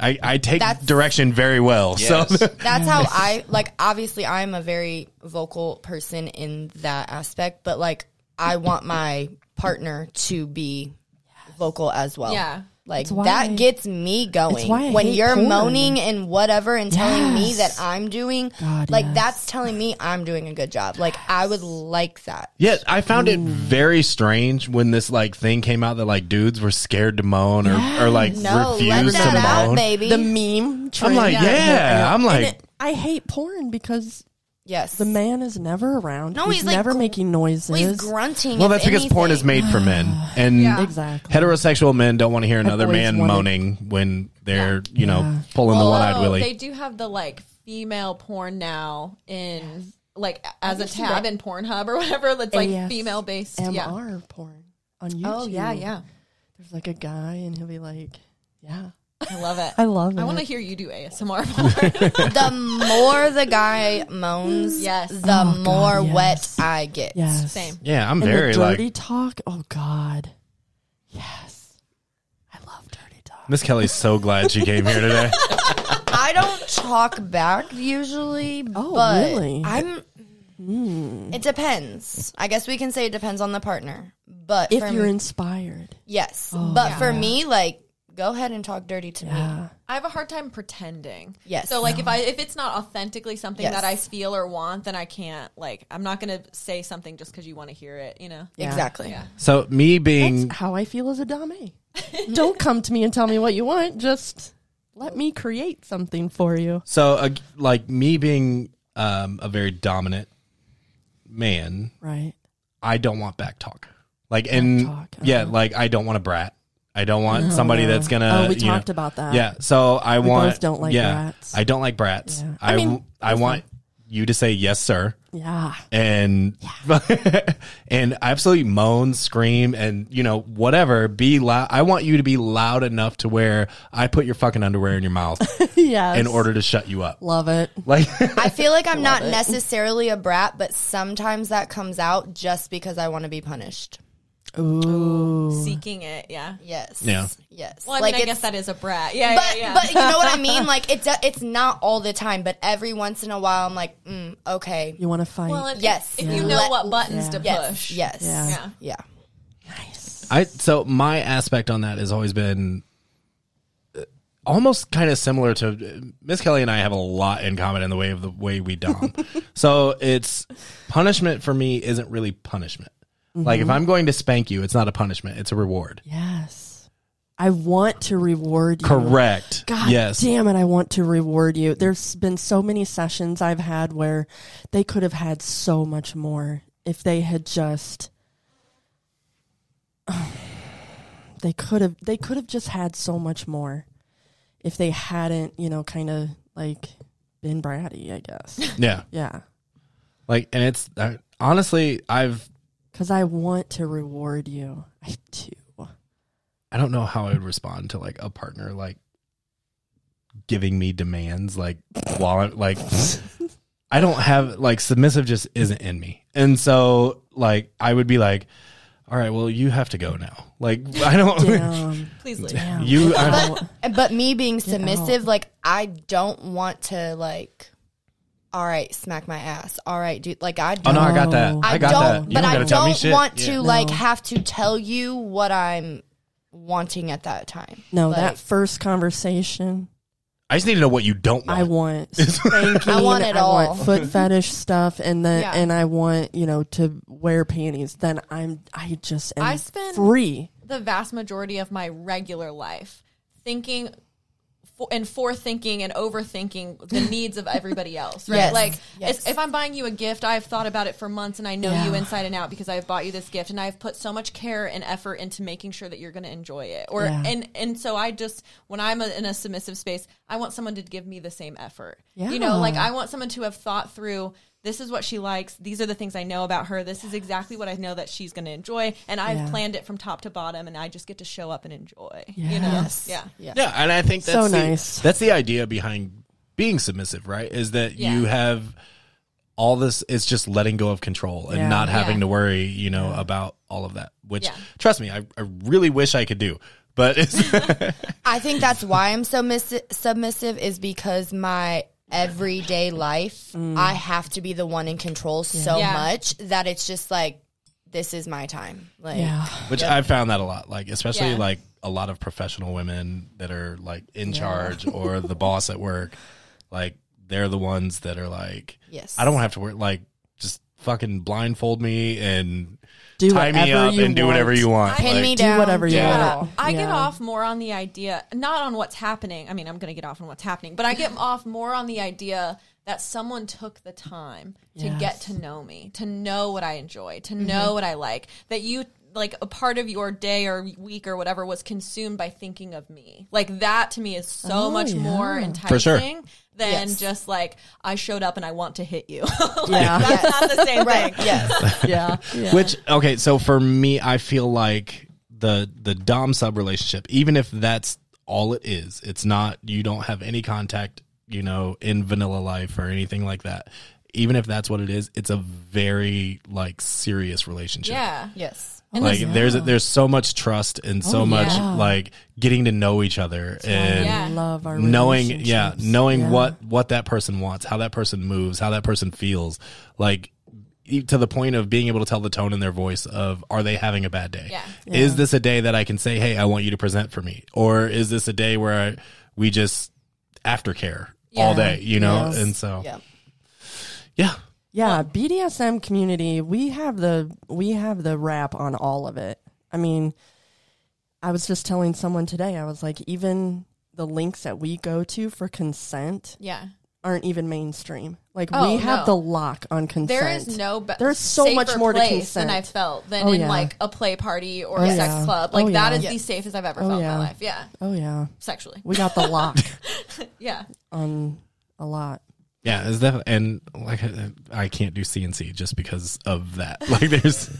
S2: I I take
S3: That's-
S2: direction very well so
S3: That's how I like. Obviously, I'm a very vocal person in that aspect, but like, I want my partner to be vocal as well.
S4: Yeah.
S3: Like
S5: why I-
S3: that gets me going.
S5: why I
S3: when
S5: hate
S3: you're
S5: porn.
S3: moaning and whatever and telling me
S5: Yes.
S3: that I'm doing,
S5: God,
S3: like
S5: yes.
S3: that's telling me I'm doing a good job. Like I would like that.
S2: yeah I found it very strange when this like thing came out that like dudes were scared to moan or or like
S3: No, let
S2: refuse to
S3: that out,
S2: moan
S3: baby.
S5: The meme.
S2: I'm
S5: trend.
S2: like yeah, I'm like
S5: And it- I hate porn because
S3: yes.
S5: the man is never around.
S3: No,
S5: he's,
S3: he's, like,
S5: never
S3: gr-
S5: making noises.
S3: He's grunting.
S2: well
S3: if
S2: that's because porn is
S3: anything.
S2: made for men and
S5: Exactly.
S2: heterosexual men don't want to hear another
S5: always
S2: man
S5: wanted-
S2: moaning when they're you know pulling the one-eyed
S4: Although
S2: willy
S4: They do have the like female porn now in like as a tab in Pornhub or whatever. That's like
S5: ASMR
S4: female based.
S5: MR
S4: Yeah.
S5: porn on YouTube.
S4: Oh yeah, yeah.
S5: There's like a guy, and he'll be like, "Yeah,
S4: I love it.
S5: I love it."
S4: I want to hear you do ASMR porn.
S3: the more the guy moans,
S4: Yes.
S3: the
S5: Oh, God,
S3: more
S5: yes.
S3: wet I get.
S5: yes.
S4: Same.
S2: Yeah, I'm
S5: And
S2: very
S5: the dirty
S2: like
S5: talk. Oh God, yes, I love dirty talk.
S2: Miss Kelly's so glad she came here today.
S3: I don't talk back usually,
S5: Oh,
S3: but
S5: really? Hmm.
S3: I'm. It depends. I guess we can say it depends on the partner, but
S5: If
S3: for
S5: you're
S3: me,
S5: inspired,
S3: yes, but for me, like, go ahead and talk dirty to me.
S5: yeah,
S4: I have a hard time pretending.
S3: Yes.
S4: So like if I if it's not authentically something
S3: Yes.
S4: that I feel or want, then I can't like I'm not gonna say something just because you want to hear it. You know.
S5: Yeah.
S3: Exactly.
S2: So me being
S5: that's how I feel as a dame. Don't come to me and tell me what you want. Just let me create something for you.
S2: so uh, like me being um, a very dominant man,
S5: Right.
S2: I don't want back talk. Like and
S5: talk,
S2: yeah, like I don't want a brat. I don't want somebody that's gonna.
S5: Oh, we
S2: you know-
S5: talked about that.
S2: Yeah, so I want.
S5: both don't like
S2: yeah,
S5: brats.
S2: I don't like brats.
S5: Yeah.
S2: I
S5: I mean,
S2: w- I want you to say yes, sir.
S5: Yeah.
S2: and and absolutely moan, scream, and you know whatever. Be loud. I want you to be loud enough to where I put your fucking underwear in your mouth
S5: Yes.
S2: in order to shut you up.
S5: Love it.
S2: Like
S3: I feel like I'm not necessarily a brat, but sometimes that comes out just because I want to be punished.
S5: Ooh.
S4: Seeking it. Yeah.
S3: Yes.
S2: Yeah.
S3: Yes.
S4: Well, I mean, I guess that is a brat. Yeah,
S3: but
S4: yeah, yeah.
S3: but you know what I mean. Like it's it's not all the time, but every once in a while, I'm like, mm, okay,
S5: You want to fight?
S4: well, and
S3: Yes.
S4: If, if
S3: Yeah.
S4: you know
S3: Let-
S4: what buttons to
S3: yes,
S4: push.
S3: yes,
S5: Yeah.
S3: yeah.
S4: Yeah.
S5: nice.
S2: I so my aspect on that has always been uh, almost kind of similar to Miss Kelly and I have a lot in common in the way of the way we dom. so it's punishment for me isn't really punishment. Like
S5: Mm-hmm.
S2: if I'm going to spank you, it's not a punishment; it's a reward.
S5: Yes. I want to reward you.
S2: Correct.
S5: God
S2: yes.
S5: damn it, I want to reward you. There's been so many sessions I've had where they could have had so much more if they had just they could have they could have just had so much more if they hadn't, you know, kind of like been bratty, I guess.
S2: Yeah.
S5: yeah.
S2: Like, and it's uh, honestly, I've
S5: Cuz I want to reward you. I do.
S2: I don't know how I would respond to like a partner like giving me demands like while I'm like I don't have like submissive just isn't in me, and so like I would be like. all right, well, you have to go now. Like, I don't.
S5: Um,
S4: Please leave.
S2: you. I,
S3: But but me being submissive, like I don't want to like. All right, smack my ass. All right, dude. Like I
S2: oh
S3: don't.
S2: no, I got that. I,
S3: I
S2: got
S3: don't.
S2: that. You
S3: But I
S2: gotta
S3: don't
S2: tell me shit.
S3: want
S2: Yeah.
S3: to like have to tell you what I'm wanting at that time.
S5: no,
S3: Like,
S5: that first conversation,
S2: I just need to know what you don't want.
S5: I want spanking.
S3: I want it all.
S5: foot fetish stuff, and then
S3: Yeah.
S5: and I want you know to wear panties. Then I'm I just am
S4: I spend-
S5: free.
S4: the vast majority of my regular life thinking for, and forethinking and overthinking the needs of everybody else. Right?
S3: Yes.
S4: Like
S3: Yes.
S4: if- if I'm buying you a gift, I've thought about it for months and I know you inside and out because I've bought you this gift and I've put so much care and effort into making sure that you're going to enjoy it. Or
S5: Yeah.
S4: and and so I just when I'm a, in a submissive space, I want someone to give me the same effort. You
S5: Yeah.
S4: know, like I want someone to have thought through this is what she likes. These are the things I know about her. This is exactly what I know that she's going to enjoy. And I've
S5: Yeah.
S4: planned it from top to bottom and I just get to show up and enjoy. You know?
S5: Yes.
S4: Yeah.
S2: Yeah, and I think that's
S5: So
S2: the,
S5: nice.
S2: That's the idea behind being submissive, right? Is that
S4: Yeah.
S2: you have all this. It's just letting go of control and
S5: Yeah.
S2: not having
S4: Yeah.
S2: to worry, you know, about all of that. Which,
S4: Yeah.
S2: trust me, I, I really wish I could do, but it's,
S3: I think that's why I'm so mis- submissive is because my everyday life I have to be the one in control so
S4: Yeah.
S3: much that it's just like this is my time. Like
S5: Yeah,
S2: which I found that a lot. Like especially
S4: Yeah.
S2: like a lot of professional women that are like in charge or the boss at work, like they're the ones that are like,
S3: Yes.
S2: I don't have to work. Like just fucking blindfold me and
S5: do
S2: tie me
S5: whatever
S2: up and
S5: you
S2: do whatever
S5: want.
S2: you want.
S3: Pin
S2: Like,
S3: me
S5: do
S3: down.
S5: whatever you
S3: yeah.
S5: want.
S4: I get
S5: Yeah.
S4: off more on the idea, not on what's happening. I mean, I'm going to get off on what's happening, but I get off more on the idea that someone took the time to
S5: Yes.
S4: get to know me, to know what I enjoy, to know what I like, that you like a part of your day or week or whatever was consumed by thinking of me. Like that to me is so much more enticing
S2: sure.
S4: than
S3: Yes.
S4: just like I showed up and I want to hit you.
S5: Yeah,
S4: That's not the same
S3: Right.
S4: thing.
S3: Yes.
S5: yeah,
S2: Which okay, so for me, I feel like the the dom sub relationship, even if that's all it is, it's not. You don't have any contact, you know, in vanilla life or anything like that. Even if that's what it is, it's a very like serious relationship.
S4: Yeah.
S3: yes.
S2: Like there's there's so much trust and so much
S5: yeah.
S2: like getting to know each other and
S4: Yeah.
S5: love our
S2: knowing yeah
S5: relationships.
S2: knowing
S5: Yeah.
S2: what what that person wants how that person moves how that person feels like e- to the point of being able to tell the tone in their voice of are they having a bad day
S4: Yeah.
S2: is this a day that i can say hey i want you to present for me or is this a day where I, we just aftercare all
S4: Yeah.
S2: day you know
S5: Yes.
S2: and so
S3: Yeah.
S2: yeah
S5: Yeah, BDSM community, we have the we have the wrap on all of it. I mean, I was just telling someone today, I was like, even the links that we go to for consent
S4: Yeah.
S5: aren't even mainstream. Like
S4: Oh,
S5: we have
S4: no.
S5: the lock on consent.
S4: There is no be-
S5: There's so much
S4: safer
S5: more to
S4: place
S5: consent.
S4: than I felt than
S5: Oh,
S4: in
S5: yeah.
S4: like a play party or
S5: Oh,
S4: a sex
S5: yeah.
S4: club. Like
S5: Oh,
S4: that
S5: yeah.
S4: is the
S3: Yes.
S4: safest I've ever
S5: Oh,
S4: felt
S5: yeah.
S4: in my life. Yeah,
S5: oh yeah.
S4: sexually.
S5: We got the lock
S4: Yeah,
S5: on a lot.
S2: yeah it's definitely and like i can't do cnc just because of that like there's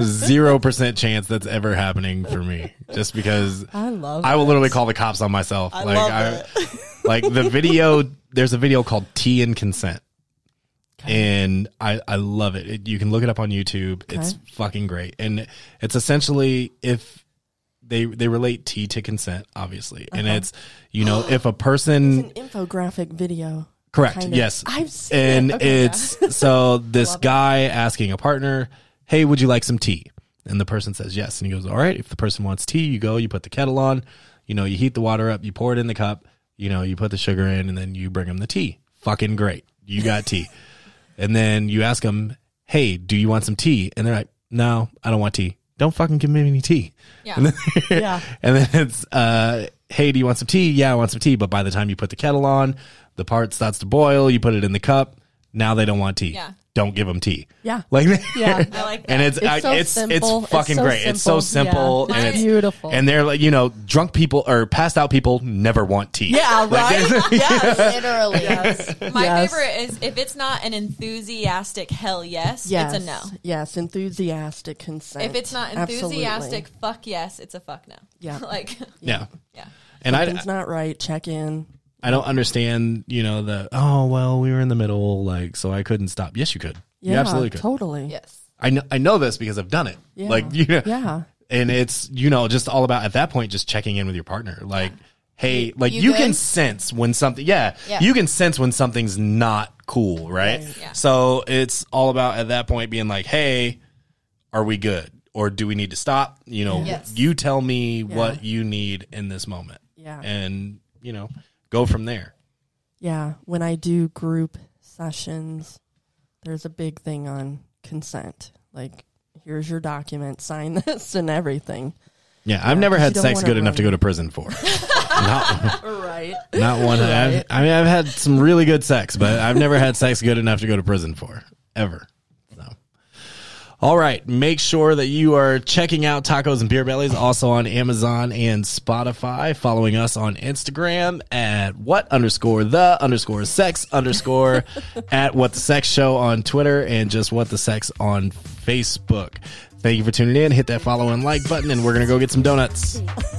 S2: zero percent chance that's ever happening for me just because
S5: I love
S2: I will literally call the cops on myself. like I like the video there's a video called Tea and Consent. And I, I love it. It- You can look it up on YouTube. It's fucking great. And it's essentially if they they relate tea to consent, obviously. And it's you know, if a person
S5: Uh-huh. an infographic video.
S2: Correct.
S5: kind of-
S2: Yes.
S5: I've seen
S2: and
S5: it. Okay,
S2: it's so this guy asking a partner, "Hey, would you like some tea?" And the person says yes, and he goes, "All right." If the person wants tea, you go, you put the kettle on, you know, you heat the water up, you pour it in the cup, you know, you put the sugar in, and then you bring them the tea. Fucking great, you got tea. and then you ask them, "Hey, do you want some tea?" And they're like, "No, I don't want tea." Don't fucking give me any tea.
S4: yeah,
S5: Yeah.
S2: And then it's, uh, hey, do you want some tea? Yeah, I want some tea. But by the time you put the kettle on, the part starts to boil. You put it in the cup. Now they don't want tea.
S4: Yeah.
S2: Don't give them tea.
S5: Yeah.
S2: Like
S5: Yeah.
S4: I like that.
S2: And it's I- it's
S5: so
S2: it's,
S5: simple. It's
S2: fucking
S5: so
S2: great. It's so simple
S5: simple. Yeah.
S2: and
S5: It's
S2: it's
S5: beautiful.
S2: And they're like, you know, drunk people or passed out people never want tea.
S5: Yeah, right.
S3: Literally.
S4: my
S5: Yes.
S4: favorite is if it's not an enthusiastic hell yes,
S5: yes.
S4: it's a no.
S5: Yes, enthusiastic consent.
S4: If it's not
S5: Absolutely.
S4: enthusiastic, fuck yes, it's a fuck no.
S5: Yeah.
S4: like
S2: Yeah.
S4: yeah,
S2: And I
S5: Something's not right. Check in.
S2: I don't understand, you know, the oh well, we were in the middle, like so I couldn't stop. Yes, you could.
S5: Yeah,
S2: you absolutely could.
S5: totally.
S3: Yes.
S2: I know I know this because I've done it.
S5: Yeah.
S2: Like you know,
S5: Yeah.
S2: And it's you know just all about at that point just checking in with your partner. Like, hey, like
S3: you
S2: you, can
S3: good?
S2: sense when something. Yeah,
S3: Yeah.
S2: you can sense when something's not cool, right?
S4: Yeah.
S2: So it's all about at that point being like, hey, are we good or do we need to stop? You know,
S4: Yes.
S2: you tell me what you need in this moment.
S5: Yeah.
S2: and you know, go from there.
S5: Yeah, when I do group sessions, there's a big thing on consent. Like, here's your document, sign this and everything.
S2: Yeah, I've never had
S5: don't
S2: sex
S5: wanna
S2: good enough
S5: run.
S2: to go to prison for. Not-
S5: Right.
S2: Not one. I've, I mean, I've had some really good sex, but I've never had sex good enough to go to prison for ever. So, all right, make sure that you are checking out Tacos and Beer Bellies also on Amazon and Spotify. Following us on Instagram at what underscore the underscore sex underscore at what the sex show on Twitter and just what the sex on Facebook. Thank you for tuning in. Hit that follow and like button, and we're gonna go get some donuts.
S1: Six.